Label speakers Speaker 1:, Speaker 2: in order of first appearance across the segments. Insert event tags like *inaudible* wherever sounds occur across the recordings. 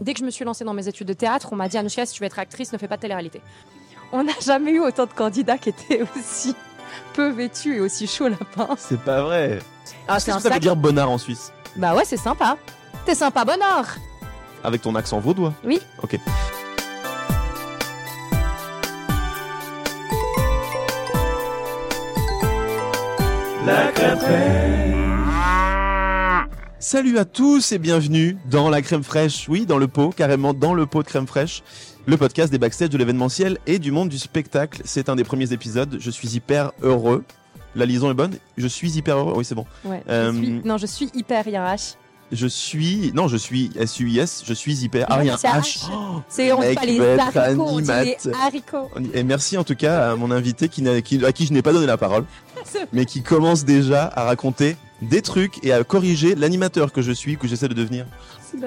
Speaker 1: dès que je me suis lancée dans mes études de théâtre, on m'a dit Anouchka, si tu veux être actrice, ne fais pas de télé-réalité. On n'a jamais eu autant de candidats qui étaient aussi peu vêtus et aussi chauds lapins.
Speaker 2: C'est pas vrai.
Speaker 1: Ah,
Speaker 2: Qu'est-ce que ça veut dire bonnard en Suisse
Speaker 1: Bah ouais, c'est sympa. T'es sympa, bonheur
Speaker 2: Avec ton accent vaudois
Speaker 1: Oui.
Speaker 2: Ok. Salut à tous et bienvenue dans la crème fraîche, oui, dans le pot, carrément dans le pot de crème fraîche, le podcast des backstage de l'événementiel et du monde du spectacle. C'est un des premiers épisodes, je suis hyper heureux. La liaison est bonne, je suis hyper heureux, oui c'est bon.
Speaker 1: Ouais,
Speaker 2: Euh,
Speaker 1: je suis... Non, je suis hyper IRH.
Speaker 2: Je suis, non je suis S-U-I-S, je suis hyper, ah
Speaker 1: Non,
Speaker 2: rien,
Speaker 1: c'est
Speaker 2: H.
Speaker 1: H. C'est on
Speaker 2: mec,
Speaker 1: dit pas les
Speaker 2: va être
Speaker 1: haricots, on dit les
Speaker 2: animate.
Speaker 1: haricots. *laughs*
Speaker 2: Et merci en tout cas à mon invité qui n'a- qui- à qui je n'ai pas donné la parole,
Speaker 1: C'est-
Speaker 2: mais qui commence déjà à raconter des trucs et à corriger l'animateur que je suis, que j'essaie de devenir.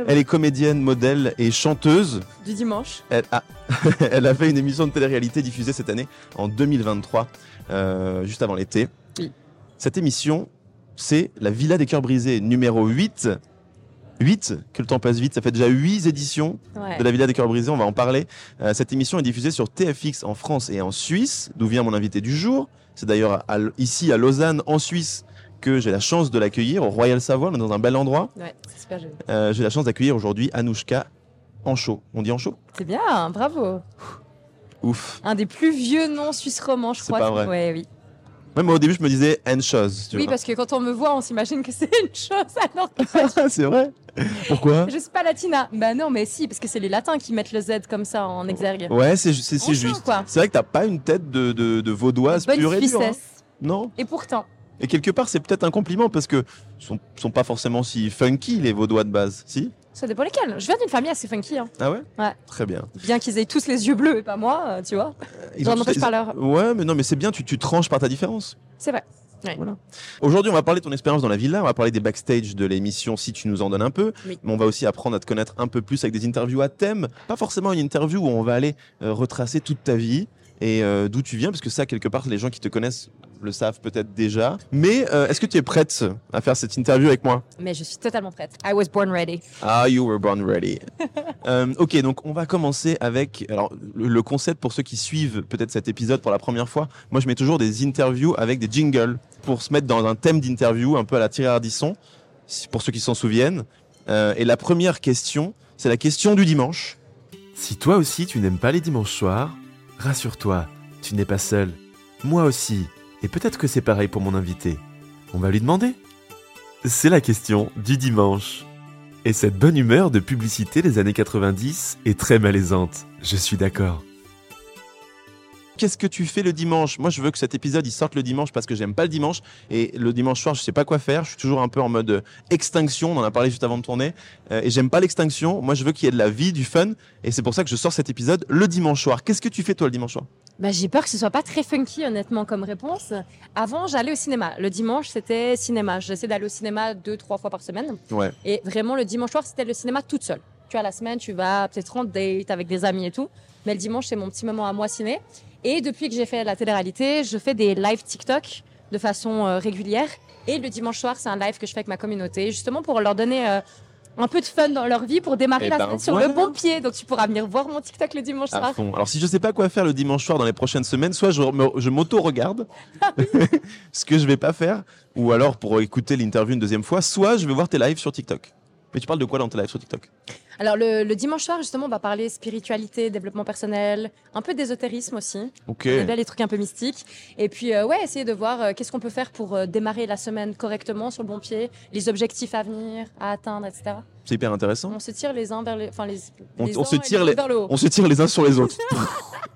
Speaker 2: Elle est comédienne, modèle et chanteuse.
Speaker 1: Du dimanche.
Speaker 2: Elle a, *laughs* elle a fait une émission de télé-réalité diffusée cette année, en 2023, euh, juste avant l'été.
Speaker 1: Oui.
Speaker 2: Cette émission, c'est La Villa des Cœurs Brisés, numéro 8. 8, que le temps passe vite, ça fait déjà 8 éditions
Speaker 1: Ouais.
Speaker 2: de la Villa des Cœurs Brisés, on va en parler. Euh, cette émission est diffusée sur TFX en France et en Suisse, d'où vient mon invité du jour. C'est d'ailleurs à- ici à Lausanne, en Suisse, que j'ai la chance de l'accueillir, au Royal Savoie, on est dans un bel endroit.
Speaker 1: Ouais, c'est super joli.
Speaker 2: Euh, j'ai la chance d'accueillir aujourd'hui Anouchka Ancho. On dit Ancho
Speaker 1: C'est bien, bravo.
Speaker 2: Ouf.
Speaker 1: Un des plus vieux noms suisse romans, je
Speaker 2: C'est
Speaker 1: crois.
Speaker 2: pas vrai.
Speaker 1: Ouais, oui.
Speaker 2: Même moi au début, je me disais Anchos. tu
Speaker 1: Oui,
Speaker 2: vois.
Speaker 1: parce que quand on me voit, on s'imagine que c'est une chose. Alors que
Speaker 2: *laughs* c'est vrai. Pourquoi
Speaker 1: je suis pas latina. Bah non, mais si, parce que c'est les latins qui mettent le Z comme ça en exergue.
Speaker 2: Ouais, c'est ju- c'est-
Speaker 1: On
Speaker 2: c'est
Speaker 1: sent,
Speaker 2: juste.
Speaker 1: quoi.
Speaker 2: C'est vrai que t'as pas une tête de, de, de vaudoise
Speaker 1: Bonne
Speaker 2: pure et dure. hein.
Speaker 1: Suissesse.
Speaker 2: Non.
Speaker 1: Et pourtant,
Speaker 2: Et quelque part, c'est peut-être un compliment parce que sont, sont pas forcément si funky les vaudois de base. Si
Speaker 1: ça dépend lesquels. Je viens d'une famille assez funky. hein.
Speaker 2: Ah ouais
Speaker 1: Ouais.
Speaker 2: Très bien.
Speaker 1: Bien qu'ils aient tous les yeux bleus et pas moi, euh, tu vois.
Speaker 2: Ils ont
Speaker 1: J'en
Speaker 2: tous
Speaker 1: empêche
Speaker 2: des-
Speaker 1: pas leur.
Speaker 2: Ouais, mais non, mais c'est bien, tu, tu tranches par ta différence.
Speaker 1: C'est vrai.
Speaker 2: Aujourd'hui, on va parler de ton expérience dans la villa, on va parler des backstage de l'émission si tu nous en donnes un peu,
Speaker 1: Oui.
Speaker 2: mais on va aussi apprendre à te connaître un peu plus avec des interviews à thème, pas forcément une interview où on va aller euh, retracer toute ta vie et euh, d'où tu viens, parce que ça, quelque part, les gens qui te connaissent le savent peut-être déjà. Mais euh, est-ce que tu es prête à faire cette interview avec moi
Speaker 1: Mais je suis totalement prête. I was born ready.
Speaker 2: Ah, you were born ready. Euh, ok, donc on va commencer avec alors le, le concept pour ceux qui suivent peut-être cet épisode pour la première fois. Moi, je mets toujours des interviews avec des jingles pour se mettre dans un thème d'interview un peu à la Thierry Ardisson, si- pour ceux qui s'en souviennent. Euh, et la première question, c'est la question du dimanche.
Speaker 3: Si toi aussi tu n'aimes pas les dimanches soirs, rassure-toi, tu n'es pas seul. Moi aussi, et peut-être que c'est pareil pour mon invité. On va lui demander. C'est la question du dimanche. Et cette bonne humeur de publicité des années 90 est très malaisante, je suis d'accord.
Speaker 2: Qu'est-ce que tu fais le dimanche Moi, je veux que cet épisode il sorte le dimanche parce que j'aime pas le dimanche et le dimanche soir, je sais pas quoi faire. Je suis toujours un peu en mode euh, extinction. On en a parlé juste avant de tourner Euh, et j'aime pas l'extinction. Moi, je veux qu'il y ait de la vie, du fun et c'est pour ça que je sors cet épisode le dimanche soir. Qu'est-ce que tu fais toi le dimanche soir
Speaker 1: Bah, j'ai peur que ce soit pas très funky, honnêtement, comme réponse. Avant, j'allais au cinéma. Le dimanche, c'était cinéma. J'essaie d'aller au cinéma deux, trois fois par semaine.
Speaker 2: Ouais.
Speaker 1: Et vraiment, le dimanche soir, c'était le cinéma toute seule. Tu vois, la semaine, tu vas peut-être en date avec des amis et tout. Mais le dimanche, c'est mon petit moment à moi ciné. Et depuis que j'ai fait la télé-réalité, je fais des live TikTok de façon euh, régulière. Et le dimanche soir, c'est un live que je fais avec ma communauté, justement pour leur donner euh, un peu de fun dans leur vie, pour démarrer
Speaker 2: Eh
Speaker 1: la
Speaker 2: ben,
Speaker 1: semaine sur
Speaker 2: voilà.
Speaker 1: le bon pied. Donc, tu pourras venir voir mon TikTok le dimanche
Speaker 2: À
Speaker 1: soir.
Speaker 2: fond. Alors si je sais pas quoi faire le dimanche soir dans les prochaines semaines, soit je, me- je m'auto-regarde, *laughs* ce que je vais pas faire, ou alors pour écouter l'interview une deuxième fois, soit je vais voir tes lives sur TikTok. Mais tu parles de quoi dans tes lives sur TikTok
Speaker 1: Alors le, le dimanche soir justement on va parler spiritualité, développement personnel, un peu d'ésotérisme aussi,
Speaker 2: Ok.
Speaker 1: J'aime bien les trucs un peu mystiques. Et puis euh, ouais essayer de voir euh, qu'est-ce qu'on peut faire pour euh, démarrer la semaine correctement sur le bon pied, les objectifs à venir, à atteindre, etc.
Speaker 2: C'est hyper intéressant.
Speaker 1: On se tire les uns vers les, enfin les,
Speaker 2: On-
Speaker 1: les
Speaker 2: on
Speaker 1: uns
Speaker 2: se
Speaker 1: et
Speaker 2: tire
Speaker 1: autres
Speaker 2: les-
Speaker 1: vers le haut.
Speaker 2: On se tire les uns sur les
Speaker 1: *laughs*
Speaker 2: autres.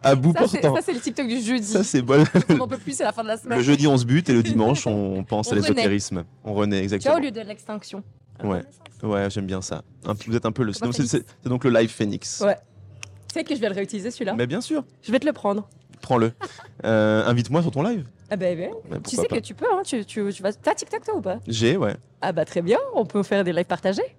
Speaker 2: à bout
Speaker 1: Ça c'est,
Speaker 2: portant.
Speaker 1: ça, c'est le TikTok du jeudi.
Speaker 2: *laughs* Ça, c'est
Speaker 1: *laughs*
Speaker 2: bon.
Speaker 1: on en peut plus, c'est la fin de la semaine.
Speaker 2: Le jeudi, on se bute et le dimanche, on pense
Speaker 1: On
Speaker 2: à
Speaker 1: renaît.
Speaker 2: l'ésotérisme. On renaît,
Speaker 1: Tu vois
Speaker 2: exactement.
Speaker 1: au lieu de l'extinction.
Speaker 2: Ouais. Ouais, j'aime bien ça. Un peu- vous êtes un peu le. C'est
Speaker 1: Comment
Speaker 2: donc, c'est-
Speaker 1: ça
Speaker 2: c'est- c'est donc le live Phoenix.
Speaker 1: Ouais. Tu sais que je vais le réutiliser celui-là.
Speaker 2: Mais bien sûr,
Speaker 1: Je vais te le prendre.
Speaker 2: prends-le. Euh, Invite-moi sur ton live.
Speaker 1: Ah bah, ouais.
Speaker 2: Ouais,
Speaker 1: tu
Speaker 2: pourquoi
Speaker 1: sais
Speaker 2: pas.
Speaker 1: que tu peux, hein, tu, tu, tu vas... T'as TikTok toi ou pas
Speaker 2: J'ai, ouais.
Speaker 1: Ah bah très bien, on peut faire des lives partagés.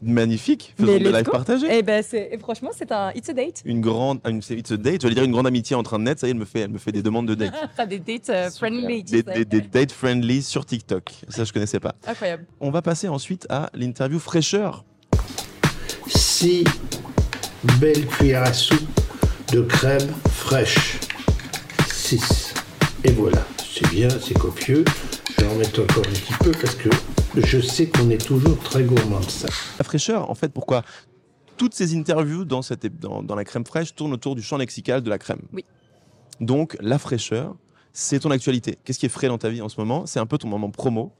Speaker 2: Magnifique.
Speaker 1: Mais
Speaker 2: Faisons des
Speaker 1: let's
Speaker 2: lives
Speaker 1: go.
Speaker 2: partagés.
Speaker 1: Eh ben, c'est, et franchement, c'est un it's a date.
Speaker 2: Une grande, une, c'est- it's a date. J'allais dire une grande amitié en train de naître. Ça y est, elle me fait, elle me fait des demandes
Speaker 1: *laughs*
Speaker 2: de date.
Speaker 1: T'as des dates
Speaker 2: Super.
Speaker 1: Euh, friendly.
Speaker 2: Des, des- des dates friendly sur TikTok. Ça, je connaissais pas.
Speaker 1: Incroyable.
Speaker 2: On va passer ensuite à l'interview fraîcheur.
Speaker 4: Si belle cuillère à soupe de crème fraîche. 6. Et voilà, c'est bien, c'est copieux. Je vais en mettre encore un petit peu parce que je sais qu'on est toujours très gourmand de ça.
Speaker 2: La fraîcheur, en fait, pourquoi toutes ces interviews dans, cette, ép- dans, dans la crème fraîche tournent autour du champ lexical de la crème.
Speaker 1: Oui.
Speaker 2: Donc, la fraîcheur, c'est ton actualité. Qu'est-ce qui est frais dans ta vie en ce moment C'est un peu ton moment promo.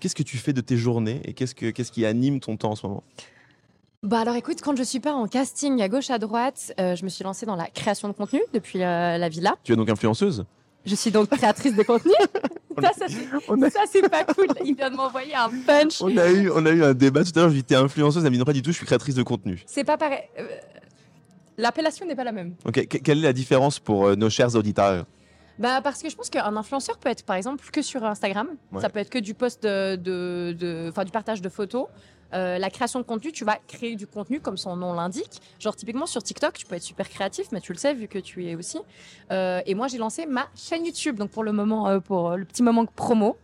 Speaker 2: Qu'est-ce que tu fais de tes journées et qu'est-ce, que, qu'est-ce qui anime ton temps en ce moment
Speaker 1: Bah alors écoute, quand je suis pas en casting à gauche à droite, euh, je me suis lancée dans la création de contenu depuis euh, la villa.
Speaker 2: Tu es donc influenceuse
Speaker 1: Je suis donc créatrice de contenu. ça, ça, c'est-
Speaker 2: *laughs* on a-
Speaker 1: ça, c'est
Speaker 2: *laughs*
Speaker 1: pas cool. Il vient de m'envoyer un punch.
Speaker 2: on a, eu, on a eu un débat tout à l'heure, je lui dis t'es influenceuse, elle me dit non pas du tout, je suis créatrice de contenu.
Speaker 1: C'est pas pareil. Euh, L'appellation n'est pas la même.
Speaker 2: Ok, que- quelle est la différence pour euh, nos chers auditeurs
Speaker 1: Bah parce que je pense qu'un influenceur peut être par exemple que sur Instagram,
Speaker 2: Ouais.
Speaker 1: ça peut être que du post de, de, de- enfin, du partage de photos. Euh, la création de contenu, tu vas créer du contenu comme son nom l'indique. Genre typiquement sur TikTok, tu peux être super créatif, mais tu le sais vu que tu y es aussi. Euh, et moi j'ai lancé ma chaîne YouTube, donc pour le moment, euh, pour euh, le petit moment promo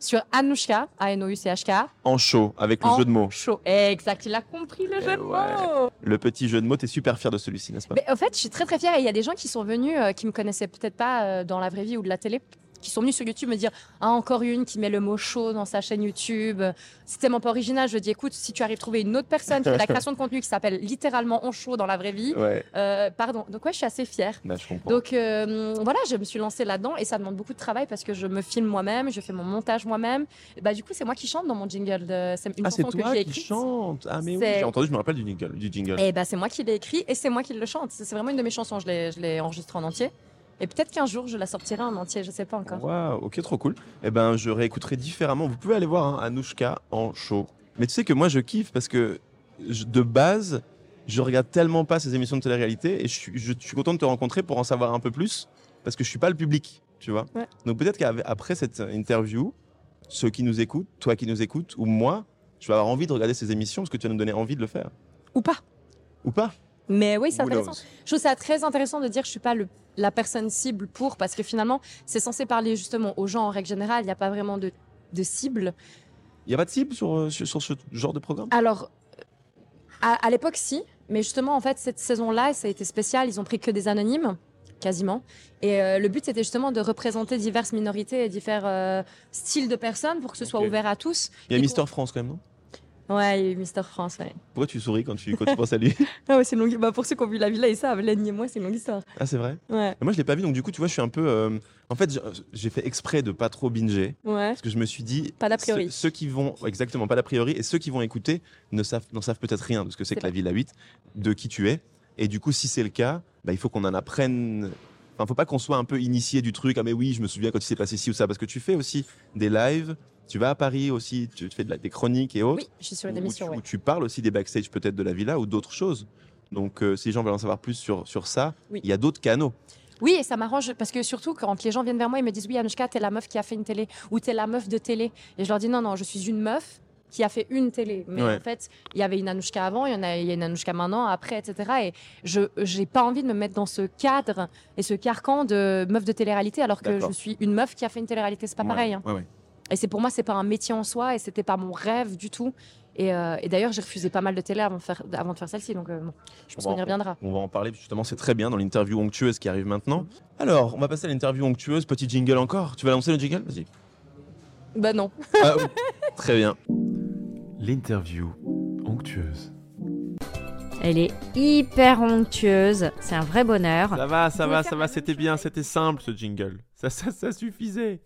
Speaker 1: sur Anushka, A N O U C H K,
Speaker 2: En show, avec le
Speaker 1: En
Speaker 2: jeu de mots.
Speaker 1: show. Exact, il a compris le
Speaker 2: Eh
Speaker 1: jeu de
Speaker 2: ouais.
Speaker 1: mots.
Speaker 2: Le petit jeu de mots, t'es super fier de celui-ci, n'est-ce pas
Speaker 1: Mais en fait, je suis très très fière et il y a des gens qui sont venus, euh, qui me connaissaient peut-être pas euh, dans la vraie vie ou de la télé, qui sont venus sur YouTube me dire Ah, encore une qui met le mot chaud dans sa chaîne YouTube. C'est tellement pas original. Je dis Écoute, si tu arrives à trouver une autre personne
Speaker 2: *laughs*
Speaker 1: qui fait la création de contenu qui s'appelle littéralement On chaud dans la vraie vie,
Speaker 2: Ouais,
Speaker 1: euh, pardon. Donc, ouais, je suis assez fière.
Speaker 2: bah, je comprends.
Speaker 1: Donc euh, voilà, je me suis lancée là-dedans et ça demande beaucoup de travail parce que je me filme moi-même, je fais mon montage moi-même. Et Bah du coup, c'est moi qui chante dans mon jingle. De... C'est une
Speaker 2: ah, c'est
Speaker 1: chanson que
Speaker 2: toi
Speaker 1: j'ai
Speaker 2: qui
Speaker 1: écrite.
Speaker 2: chante Ah, mais oui,
Speaker 1: C'est-
Speaker 2: j'ai entendu, je me rappelle du jingle. Du jingle.
Speaker 1: Et bah, c'est moi qui l'ai écrit et c'est moi qui le chante. C'est vraiment une de mes chansons. Je l'ai, je l'ai enregistrée en entier. Et peut-être qu'un jour, je la sortirai en entier. Je sais pas encore.
Speaker 2: Waouh, ok, trop cool. Eh ben, je réécouterai différemment. Vous pouvez aller voir hein, Anoushka en show. Mais tu sais que moi, je kiffe parce que je- de base, je regarde tellement pas ces émissions de télé-réalité et je, suis- je- je suis content de te rencontrer pour en savoir un peu plus parce que je suis pas le public, tu vois.
Speaker 1: Ouais.
Speaker 2: Donc peut-être qu'après cette interview, ceux qui nous écoutent, toi qui nous écoutes ou moi, je vais avoir envie de regarder ces émissions parce que tu vas nous donner envie de le faire.
Speaker 1: Ou pas.
Speaker 2: Ou pas
Speaker 1: Mais oui, c'est
Speaker 2: Who
Speaker 1: intéressant.
Speaker 2: knows
Speaker 1: Je trouve ça très intéressant de dire que je suis pas le- la personne cible pour parce que finalement, c'est censé parler justement aux gens en règle générale. Il n'y a pas vraiment de, de cible.
Speaker 2: Il y a pas de cible sur, euh, sur, sur ce genre de programme
Speaker 1: Alors, euh, à, à l'époque, si. Mais justement, en fait, cette saison-là, ça a été spécial. Ils ont pris que des anonymes, quasiment. Et euh, le but, c'était justement de représenter diverses minorités et différents euh, styles de personnes pour que ce soit
Speaker 2: Ok.
Speaker 1: ouvert à tous.
Speaker 2: Il y a
Speaker 1: Et
Speaker 2: Mister France quand même, non
Speaker 1: Ouais, il y a eu Mister France, ouais.
Speaker 2: Pourquoi tu souris quand tu, quand tu penses
Speaker 1: *laughs*
Speaker 2: à lui
Speaker 1: Ah ouais, c'est une longue... Bah pour ceux qui ont vu la villa et ça, Lenny et moi, c'est une longue histoire.
Speaker 2: Ah, c'est vrai
Speaker 1: Ouais,
Speaker 2: Et Moi, je l'ai pas vu, donc du coup, tu vois, je suis un peu. euh, En fait, j'ai- j'ai fait exprès de pas trop binger
Speaker 1: ouais.
Speaker 2: parce que je me suis dit.
Speaker 1: Pas d'a
Speaker 2: ce-
Speaker 1: priori.
Speaker 2: Ceux, qui vont ouais, exactement pas d'a priori et ceux qui vont écouter ne savent n'en savent peut-être rien de ce que c'est
Speaker 1: C'est
Speaker 2: que la Villa 8, de qui tu es. Et du coup, si c'est le cas, bah, il faut qu'on en apprenne. Enfin, faut pas qu'on soit un peu initié du truc. Ah mais oui, je me souviens quand il s'est passé ci ou ça, parce que tu fais aussi des lives. Tu vas à Paris aussi, tu fais de la- des chroniques et autres.
Speaker 1: Oui, je suis sur une
Speaker 2: Où tu,
Speaker 1: émission, ouais.
Speaker 2: où tu parles aussi des backstage peut-être de la villa ou d'autres choses. Donc euh, si les gens veulent en savoir plus sur, sur ça, il
Speaker 1: Oui.
Speaker 2: y a d'autres canaux.
Speaker 1: Oui, et ça m'arrange parce que surtout quand les gens viennent vers moi, ils me disent Oui, Anushka, t'es la meuf qui a fait une télé ou t'es la meuf de télé. Et je leur dis Non, non, je suis une meuf qui a fait une télé. Mais
Speaker 2: Ouais.
Speaker 1: en fait, il y avait une Anushka avant, il y en a, il y a une Anushka maintenant, après, etc. Et je j'ai pas envie de me mettre dans ce cadre et ce carcan de meuf de télé-réalité alors que
Speaker 2: D'accord.
Speaker 1: je suis une meuf qui a fait une télé-réalité. C'est pas
Speaker 2: Ouais,
Speaker 1: pareil. hein.
Speaker 2: ouais, ouais.
Speaker 1: Et c'est pour moi, c'est pas un métier en soi et c'était pas mon rêve du tout. Et, euh, et d'ailleurs, j'ai refusé pas mal de télé avant de faire, avant de faire celle-ci, donc euh, bon, je pense
Speaker 2: On va
Speaker 1: qu'on y
Speaker 2: en-
Speaker 1: reviendra.
Speaker 2: On va en parler justement, c'est très bien dans l'interview onctueuse qui arrive maintenant. Alors, on va passer à l'interview onctueuse, petit jingle encore. Tu vas lancer le jingle Vas-y.
Speaker 1: Bah non.
Speaker 2: Ah, oui. très bien.
Speaker 3: L'interview onctueuse.
Speaker 5: Elle est hyper onctueuse, c'est un vrai bonheur.
Speaker 3: Ça va, ça
Speaker 5: Vous
Speaker 3: va,
Speaker 5: voulez
Speaker 3: ça
Speaker 5: faire
Speaker 3: va,
Speaker 5: la
Speaker 3: c'était
Speaker 5: même
Speaker 3: bien,
Speaker 5: chose
Speaker 3: c'était simple ce jingle. Ça, ça, ça suffisait.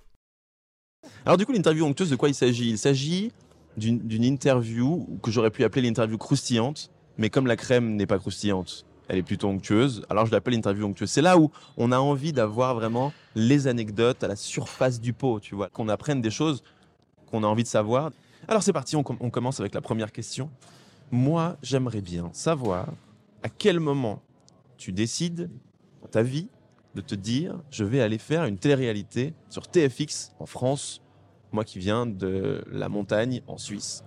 Speaker 2: Alors du coup, l'interview onctueuse, de quoi il s'agit Il s'agit d'une d'une interview que j'aurais pu appeler l'interview croustillante, mais comme la crème n'est pas croustillante, elle est plutôt onctueuse, alors je l'appelle l'interview onctueuse. C'est là où on a envie d'avoir vraiment les anecdotes à la surface du pot, tu vois, qu'on apprenne des choses qu'on a envie de savoir. Alors c'est parti, on, com- on commence avec la première question. Moi, j'aimerais bien savoir à quel moment tu décides dans ta vie de te dire je vais aller faire une télé-réalité sur TFX en France moi qui viens de la montagne en Suisse.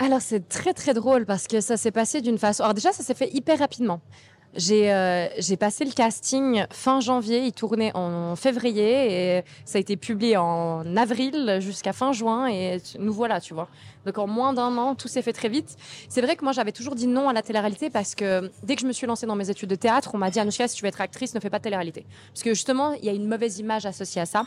Speaker 1: Alors c'est très très drôle parce que ça s'est passé d'une façon. Alors déjà ça s'est fait hyper rapidement. J'ai euh, j'ai passé le casting fin janvier, il tournait en février et ça a été publié en avril jusqu'à fin juin et tu- nous voilà, tu vois. Donc en moins d'un an, tout s'est fait très vite. C'est vrai que moi j'avais toujours dit non à la télé-réalité parce que dès que je me suis lancée dans mes études de théâtre, on m'a dit Anouchka, si tu veux être actrice, ne fais pas de télé-réalité. Parce que justement, il y a une mauvaise image associée à ça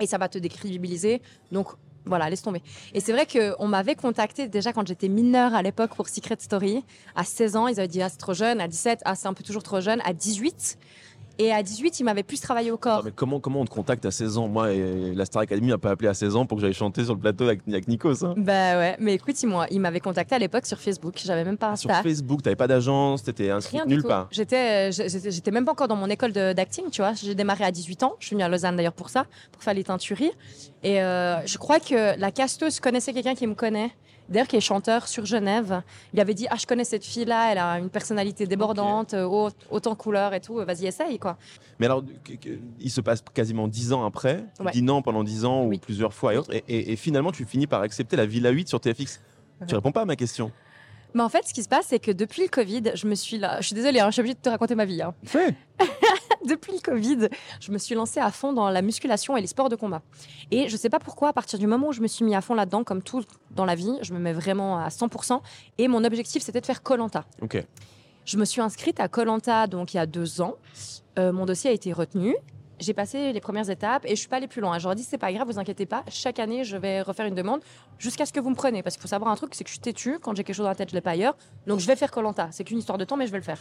Speaker 1: et ça va te décrédibiliser. Donc voilà, laisse tomber. Et c'est vrai qu'on m'avait contacté déjà quand j'étais mineure à l'époque pour Secret Story. À 16 ans, ils avaient dit Ah, c'est trop jeune. À 17, Ah, c'est un peu toujours trop jeune. À 18, et à 18, ils m'avaient plus travaillé au corps.
Speaker 2: mais comment, comment on te contacte à 16 ans Moi, et la Star Academy n'a pas appelé à 16 ans pour que j'aille chanter sur le plateau avec, avec Nikos. hein.
Speaker 1: Bah ouais, mais écoute, ils m'ont- ils m'avaient contacté à l'époque sur Facebook. J'avais même pas
Speaker 2: Ah, Sur
Speaker 1: Insta.
Speaker 2: Facebook, t'avais pas d'agence, t'étais inscrit
Speaker 1: Ah, Rien du
Speaker 2: nulle
Speaker 1: tout.
Speaker 2: part.
Speaker 1: J'étais, euh, j'- j'étais j'étais même pas encore dans mon école de- d'acting, tu vois. J'ai démarré à 18 ans. Je suis venue à Lausanne d'ailleurs pour ça, pour faire les teinturies. Et euh, je crois que la casteuse connaissait quelqu'un qui me connaît, d'ailleurs qui est chanteur sur Genève. Il avait dit Ah, je connais cette fille-là, elle a une personnalité débordante, euh, haut- autant couleur et tout, vas-y, essaye quoi.
Speaker 2: Mais alors, que- que- il se passe quasiment 10 ans après, tu
Speaker 1: Ouais.
Speaker 2: dis non pendant 10 ans
Speaker 1: Oui.
Speaker 2: ou plusieurs fois et autres, et, et- et finalement, tu finis par accepter la Villa 8 sur TFX. Tu réponds pas à ma question.
Speaker 1: Mais en fait, ce qui se passe, c'est que depuis le Covid, je me suis là. Je suis désolée, hein, je suis obligée de te raconter ma vie. hein. *laughs* depuis le Covid, je me suis lancée à fond dans la musculation et les sports de combat. Et je sais pas pourquoi, à partir du moment où je me suis mis à fond là-dedans, comme tout dans la vie, je me mets vraiment à 100%. Et mon objectif, c'était de faire Colanta.
Speaker 2: Ok.
Speaker 1: Je me suis inscrite à Colanta donc il y a deux ans. Euh, mon dossier a été retenu. J'ai passé les premières étapes et je suis pas allée plus loin. Je leur ai dit c'est pas grave, vous inquiétez pas. Chaque année, je vais refaire une demande jusqu'à ce que vous me preniez. Parce qu'il faut savoir un truc, c'est que je suis têtue. Quand j'ai quelque chose dans la tête, je l'ai pas ailleurs. Donc je vais faire Colanta. C'est qu'une histoire de temps, mais je vais le faire.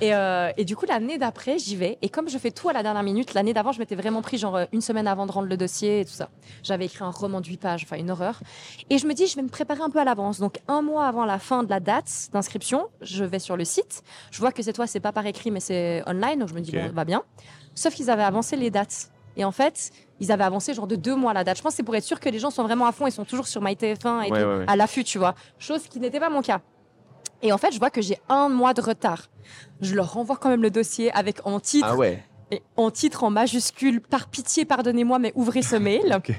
Speaker 1: Et, euh, et du coup, l'année d'après, j'y vais. Et comme je fais tout à la dernière minute, l'année d'avant, je m'étais vraiment pris genre euh, une semaine avant de rendre le dossier et tout ça. J'avais écrit un roman de 8 pages, enfin une horreur. Et je me dis, je vais me préparer un peu à l'avance. Donc un mois avant la fin de la date d'inscription, je vais sur le site. Je vois que c'est toi, c'est pas par écrit, mais c'est online. Donc je me dis,
Speaker 2: Ok.
Speaker 1: bon, va bien. Sauf qu'ils avaient avancé les dates. Et en fait, ils avaient avancé genre de deux mois la date. Je pense que c'est pour être sûr que les gens sont vraiment à fond et sont toujours sur MyTF1 et
Speaker 2: Ouais,
Speaker 1: tout,
Speaker 2: ouais, ouais.
Speaker 1: à l'affût, tu vois. Chose qui n'était pas mon cas. Et en fait, je vois que j'ai un mois de retard. Je leur renvoie quand même le dossier avec en titre,
Speaker 2: Ah ouais.
Speaker 1: et en titre en majuscule, par pitié, pardonnez-moi, mais ouvrez ce mail.
Speaker 2: *laughs* Ok.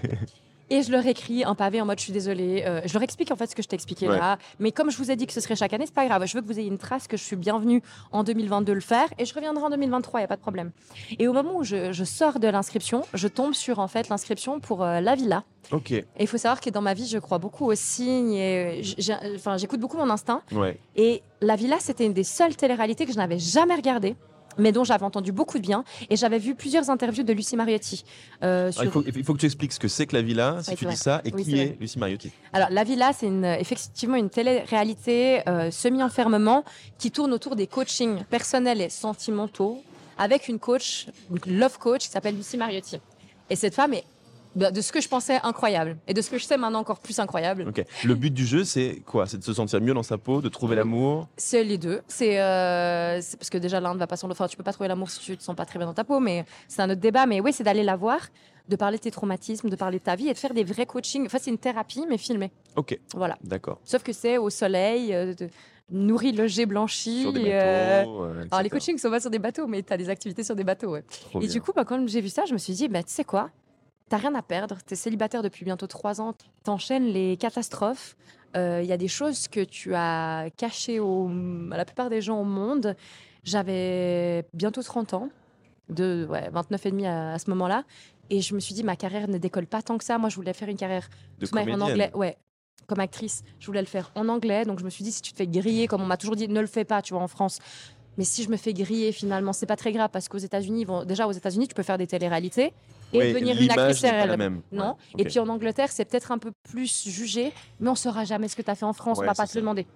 Speaker 1: Et je leur écris un pavé en mode je suis désolée. Euh, je leur explique en fait ce que je t'ai expliqué
Speaker 2: Ouais.
Speaker 1: là. Mais comme je vous ai dit que ce serait chaque année, c'est pas grave. Je veux que vous ayez une trace que je suis bienvenue en 2022 le faire et je reviendrai en 2023, il y a pas de problème. Et au moment où je, je sors de l'inscription, je tombe sur en fait l'inscription pour euh, la villa.
Speaker 2: Ok.
Speaker 1: Et il faut savoir que dans ma vie, je crois beaucoup aux signes et euh, j- j'ai- enfin, j'écoute beaucoup mon instinct.
Speaker 2: Ouais.
Speaker 1: Et La Villa, c'était une des seules téléréalités que je n'avais jamais regardées, mais dont j'avais entendu beaucoup de bien. Et j'avais vu plusieurs interviews de Lucie Mariotti. euh, sur-
Speaker 2: Alors, Ah, il, faut, il faut que tu expliques ce que c'est que la Villa, si
Speaker 1: Ouais,
Speaker 2: tu
Speaker 1: c'est
Speaker 2: dis ça, et
Speaker 1: Oui,
Speaker 2: qui
Speaker 1: c'est
Speaker 2: est
Speaker 1: vrai.
Speaker 2: Lucie Mariotti.
Speaker 1: Alors, La Villa, c'est une- effectivement une télé-réalité euh, semi-enfermement qui tourne autour des coachings personnels et sentimentaux avec une coach, une love coach, qui s'appelle Lucie Mariotti. Et cette femme est, bah, de ce que je pensais, incroyable. Et de ce que je sais maintenant, encore plus incroyable.
Speaker 2: Ok. Le but du jeu, c'est quoi C'est de se sentir mieux dans sa peau, de trouver l'amour.
Speaker 1: C'est les deux. C'est euh, c'est- parce que déjà l'un ne va pas sans l'autre. Enfin, tu peux pas trouver l'amour si tu te sens pas très bien dans ta peau, mais c'est un autre débat. Mais oui, c'est d'aller la voir, de parler de tes traumatismes, de parler de ta vie et de faire des vrais coachings. Enfin, c'est une thérapie, mais filmée.
Speaker 2: Ok.
Speaker 1: Voilà.
Speaker 2: D'accord.
Speaker 1: Sauf que c'est au soleil, euh, de- nourri, logé, blanchi.
Speaker 2: Sur des
Speaker 1: euh,
Speaker 2: bateaux. euh,
Speaker 1: Alors les
Speaker 2: etc.
Speaker 1: coachings sont pas sur des bateaux, mais tu as des activités sur des bateaux. ouais.
Speaker 2: Trop
Speaker 1: Et
Speaker 2: bien.
Speaker 1: du coup, bah, quand j'ai vu ça, je me suis dit, bah, tu sais quoi T'as rien à perdre, t'es célibataire depuis bientôt trois ans, t'enchaînes les catastrophes. Euh, Il y a des choses que tu as cachées au- à la plupart des gens au monde. J'avais bientôt 30 ans, de ouais, 29 et demi à, à ce moment-là, et je me suis dit, ma carrière ne décolle pas tant que ça. Moi, je voulais faire une carrière
Speaker 2: de
Speaker 1: toute manière,
Speaker 2: comédienne.
Speaker 1: en anglais, ouais. Comme actrice, je voulais le faire en anglais, donc je me suis dit si tu te fais griller, comme on m'a toujours dit, ne le fais pas, tu vois, en France. Mais si je me fais griller, finalement, c'est pas très grave parce qu'aux États-Unis, ils vont- déjà aux États-Unis, tu peux faire des téléréalités et
Speaker 2: Ouais,
Speaker 1: devenir une
Speaker 2: l'image
Speaker 1: actrice
Speaker 2: n'est pas la
Speaker 1: réelle.
Speaker 2: même.
Speaker 1: Non.
Speaker 2: Ouais, ok.
Speaker 1: Et puis en Angleterre, c'est peut-être un peu plus jugé, mais on saura jamais ce que tu as fait en France,
Speaker 2: Ouais,
Speaker 1: on va
Speaker 2: c'est
Speaker 1: pas se
Speaker 2: ça.
Speaker 1: le demander.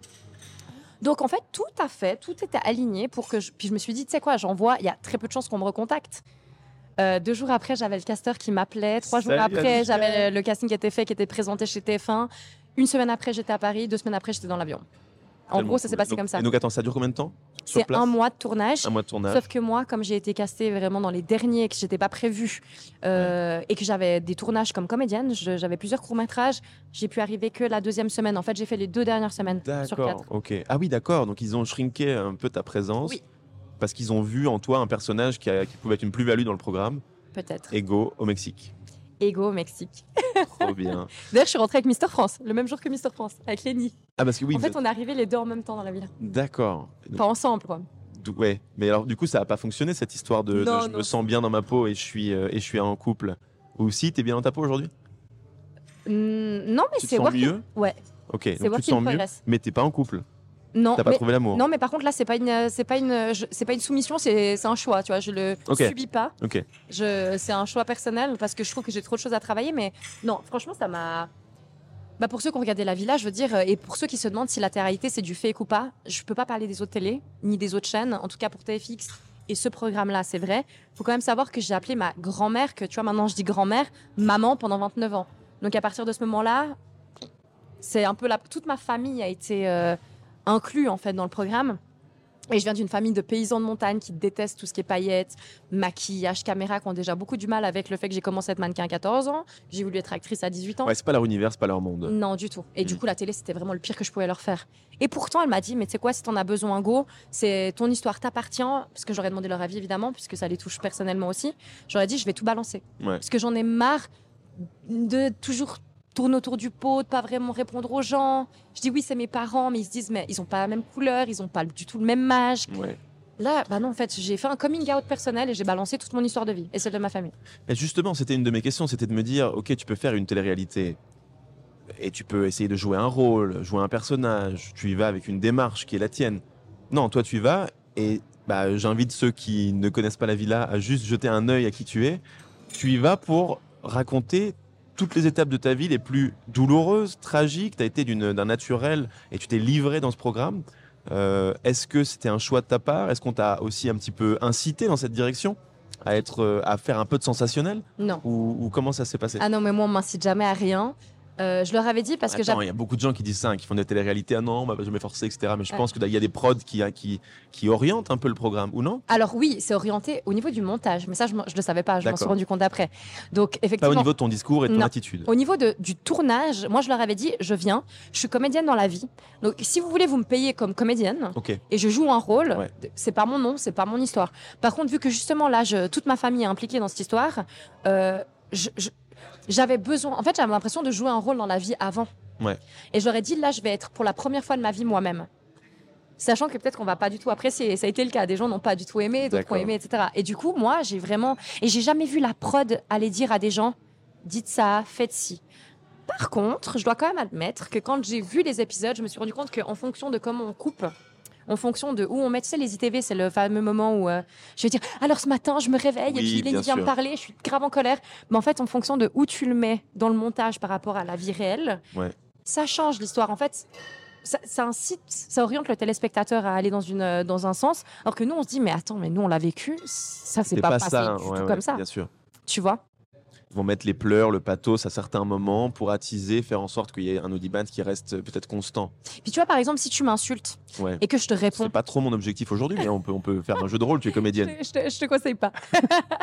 Speaker 1: Donc en fait, tout à fait, tout était aligné pour que je... Puis je me suis dit, tu sais quoi, j'envoie, il y a très peu de chances qu'on me recontacte. Euh, deux jours après, j'avais le casteur qui m'appelait. Trois jours
Speaker 2: Salut,
Speaker 1: après,
Speaker 2: Alicia.
Speaker 1: j'avais le- le casting qui était fait, qui était présenté chez TF1. Une semaine après, j'étais à Paris. Deux semaines après, j'étais dans l'avion. En
Speaker 2: Tellement
Speaker 1: gros, ça s'est
Speaker 2: cool.
Speaker 1: passé
Speaker 2: Donc-
Speaker 1: comme ça.
Speaker 2: Et donc attends, ça dure combien de temps sur
Speaker 1: C'est
Speaker 2: place
Speaker 1: un mois de tournage.
Speaker 2: Un mois de tournage.
Speaker 1: Sauf que moi, comme j'ai été castée vraiment dans les derniers et que j'étais pas prévue euh, et que j'avais des tournages comme comédienne, je- j'avais plusieurs courts métrages. J'ai pu arriver que la deuxième semaine. En fait, j'ai fait les deux dernières semaines sur
Speaker 2: D'accord,
Speaker 1: quatre.
Speaker 2: ok. Ah oui, d'accord. Donc ils ont shrinké un peu ta présence
Speaker 1: Oui.
Speaker 2: parce qu'ils ont vu en toi un personnage qui, a- qui pouvait être une plus-value dans le programme.
Speaker 1: Peut-être.
Speaker 2: Ego
Speaker 1: *laughs*
Speaker 2: au Mexique.
Speaker 1: Ego au Mexique.
Speaker 2: Trop bien.
Speaker 1: D'ailleurs, je suis rentrée avec Mister France le même jour que Mister France avec Lenny.
Speaker 2: Ah parce que oui.
Speaker 1: en
Speaker 2: vous
Speaker 1: fait,
Speaker 2: êtes-
Speaker 1: on est arrivés les deux en même temps dans la ville.
Speaker 2: D'accord. Donc,
Speaker 1: Pas ensemble, quoi.
Speaker 2: d- ouais. Mais alors, du coup, ça n'a pas fonctionné cette histoire de, de
Speaker 1: Non,
Speaker 2: je
Speaker 1: non.
Speaker 2: me sens bien dans ma peau et je suis, euh, et je suis en couple. Ou si, t'es bien dans ta peau aujourd'hui
Speaker 1: Mm, non, mais
Speaker 2: Tu te
Speaker 1: c'est
Speaker 2: sens
Speaker 1: work in-
Speaker 2: mieux
Speaker 1: ouais.
Speaker 2: Ok, donc
Speaker 1: work
Speaker 2: tu te
Speaker 1: in
Speaker 2: sens mieux,
Speaker 1: progress.
Speaker 2: mais t'es pas en couple.
Speaker 1: Non,
Speaker 2: T'as pas
Speaker 1: mais-
Speaker 2: trouvé l'amour.
Speaker 1: Non, mais par contre, là, c'est pas une, euh, c'est pas une, euh, je- c'est pas une soumission, c'est c'est un choix, tu vois. Je le
Speaker 2: Ok.
Speaker 1: subis pas.
Speaker 2: Ok.
Speaker 1: Je, c'est un choix personnel parce que je trouve que j'ai trop de choses à travailler. Mais non, franchement, ça m'a. Bah pour ceux qui ont regardé La Villa, je veux dire, euh, et pour ceux qui se demandent si la télé-réalité c'est du fake ou pas, je peux pas parler des autres télés ni des autres chaînes. En tout cas pour TFX et ce programme-là, c'est vrai. Faut quand même savoir que j'ai appelé ma grand-mère, que tu vois maintenant je dis grand-mère, maman pendant 29 ans. Donc à partir de ce moment-là, c'est un peu la... toute ma famille a été euh, inclus en fait dans le programme. Et je viens d'une famille de paysans de montagne qui détestent tout ce qui est paillettes, maquillage, caméra, qui ont déjà beaucoup du mal avec le fait que j'ai commencé à être mannequin à 14 ans. J'ai voulu être actrice à 18 ans.
Speaker 2: Ouais, c'est pas leur univers, c'est pas leur monde.
Speaker 1: Non, du tout. Et du
Speaker 2: Mm.
Speaker 1: coup, la télé, c'était vraiment le pire que je pouvais leur faire. Et pourtant, elle m'a dit, mais tu sais quoi, si t'en as besoin, go, c'est ton histoire t'appartient, parce que j'aurais demandé leur avis, évidemment, puisque ça les touche personnellement aussi. J'aurais dit, je vais tout balancer.
Speaker 2: Ouais.
Speaker 1: Parce que j'en ai marre de toujours tourner autour du pot, de pas vraiment répondre aux gens. Je dis, oui, c'est mes parents, mais ils se disent, mais ils ont pas la même couleur, ils ont pas du tout le même âge.
Speaker 2: Ouais.
Speaker 1: Là, bah non, en fait, j'ai fait un coming out personnel et j'ai balancé toute mon histoire de vie et celle de ma famille.
Speaker 2: Mais justement, c'était une de mes questions, c'était de me dire, ok, tu peux faire une télé-réalité et tu peux essayer de jouer un rôle, jouer un personnage. Tu y vas avec une démarche qui est la tienne. Non, toi, tu y vas et bah, j'invite ceux qui ne connaissent pas la villa à juste jeter un œil à qui tu es. Tu y vas pour raconter toutes les étapes de ta vie les plus douloureuses, tragiques. Tu as été d'une- d'un naturel et tu t'es livré dans ce programme. Euh, Est-ce que c'était un choix de ta part Est-ce qu'on t'a aussi un petit peu incité dans cette direction à être, euh, à faire un peu de sensationnel
Speaker 1: Non.
Speaker 2: ou, ou comment ça s'est passé
Speaker 1: Ah non, mais moi, on m'incite jamais à rien. Euh, je leur avais dit parce que j'avais.
Speaker 2: Attends, il y a beaucoup de gens qui disent ça, hein, qui font des téléréalités, ah non, on m'a jamais forcé, etc. Mais je
Speaker 1: Ouais.
Speaker 2: pense qu'il y a des prods qui, hein, qui, qui orientent un peu le programme, ou non
Speaker 1: Alors oui, c'est orienté au niveau du montage, mais ça je, m'en- je le savais pas, je m'en suis
Speaker 2: D'accord.
Speaker 1: rendu compte après. Donc
Speaker 2: Pas
Speaker 1: effectivement,
Speaker 2: au niveau de ton discours et de ton
Speaker 1: Non.
Speaker 2: attitude.
Speaker 1: au niveau de- du tournage, moi je leur avais dit, je viens, je suis comédienne dans la vie, donc si vous voulez vous me payez comme comédienne
Speaker 2: Ok,
Speaker 1: et je joue un rôle,
Speaker 2: Ouais.
Speaker 1: c'est pas mon nom, c'est pas mon histoire. Par contre, vu que justement là, je- toute ma famille est impliquée dans cette histoire, euh, je- je- j'avais besoin, en fait j'avais l'impression de jouer un rôle dans la vie avant.
Speaker 2: Ouais.
Speaker 1: Et j'aurais dit là, je vais être pour la première fois de ma vie moi-même sachant que peut-être qu'on va pas du tout apprécier. Et ça a été le cas. Des gens n'ont pas du tout aimé, d'autres ont
Speaker 2: D'accord.
Speaker 1: aimé, etc. Et du coup, moi, j'ai vraiment, et j'ai jamais vu la prod aller dire à des gens, dites ça, faites ci. Par contre, je dois quand même admettre que quand j'ai vu les épisodes, je me suis rendu compte qu'en fonction de comment on coupe, en fonction de où on met, tu sais, les ITV, c'est le fameux moment où euh, je vais dire, alors ce matin, je me réveille
Speaker 2: Oui,
Speaker 1: et puis
Speaker 2: bien
Speaker 1: Lénie vient me
Speaker 2: sûr.
Speaker 1: parler, je suis grave en colère. Mais en fait, en fonction de où tu le mets dans le montage par rapport à la vie réelle,
Speaker 2: Ouais.
Speaker 1: ça change l'histoire. En fait, ça, ça incite, ça oriente le téléspectateur à aller dans, une, euh, dans un sens, alors que nous, on se dit, mais attends, mais nous, on l'a vécu, ça, c'est pas, passé
Speaker 2: ça, hein,
Speaker 1: du
Speaker 2: ouais,
Speaker 1: tout
Speaker 2: ouais,
Speaker 1: comme ça,
Speaker 2: Bien sûr.
Speaker 1: tu vois
Speaker 2: Ils vont mettre les pleurs, le pathos à certains moments pour attiser, faire en sorte qu'il y ait un audimat qui reste euh, peut-être constant.
Speaker 1: Puis tu vois, par exemple, si tu m'insultes
Speaker 2: Ouais.
Speaker 1: et que je te
Speaker 2: C'est
Speaker 1: réponds,
Speaker 2: pas trop mon objectif aujourd'hui, mais on peut, on peut faire un jeu de rôle, tu es
Speaker 1: je, *laughs*
Speaker 2: comédienne.
Speaker 1: je te, je te conseille pas.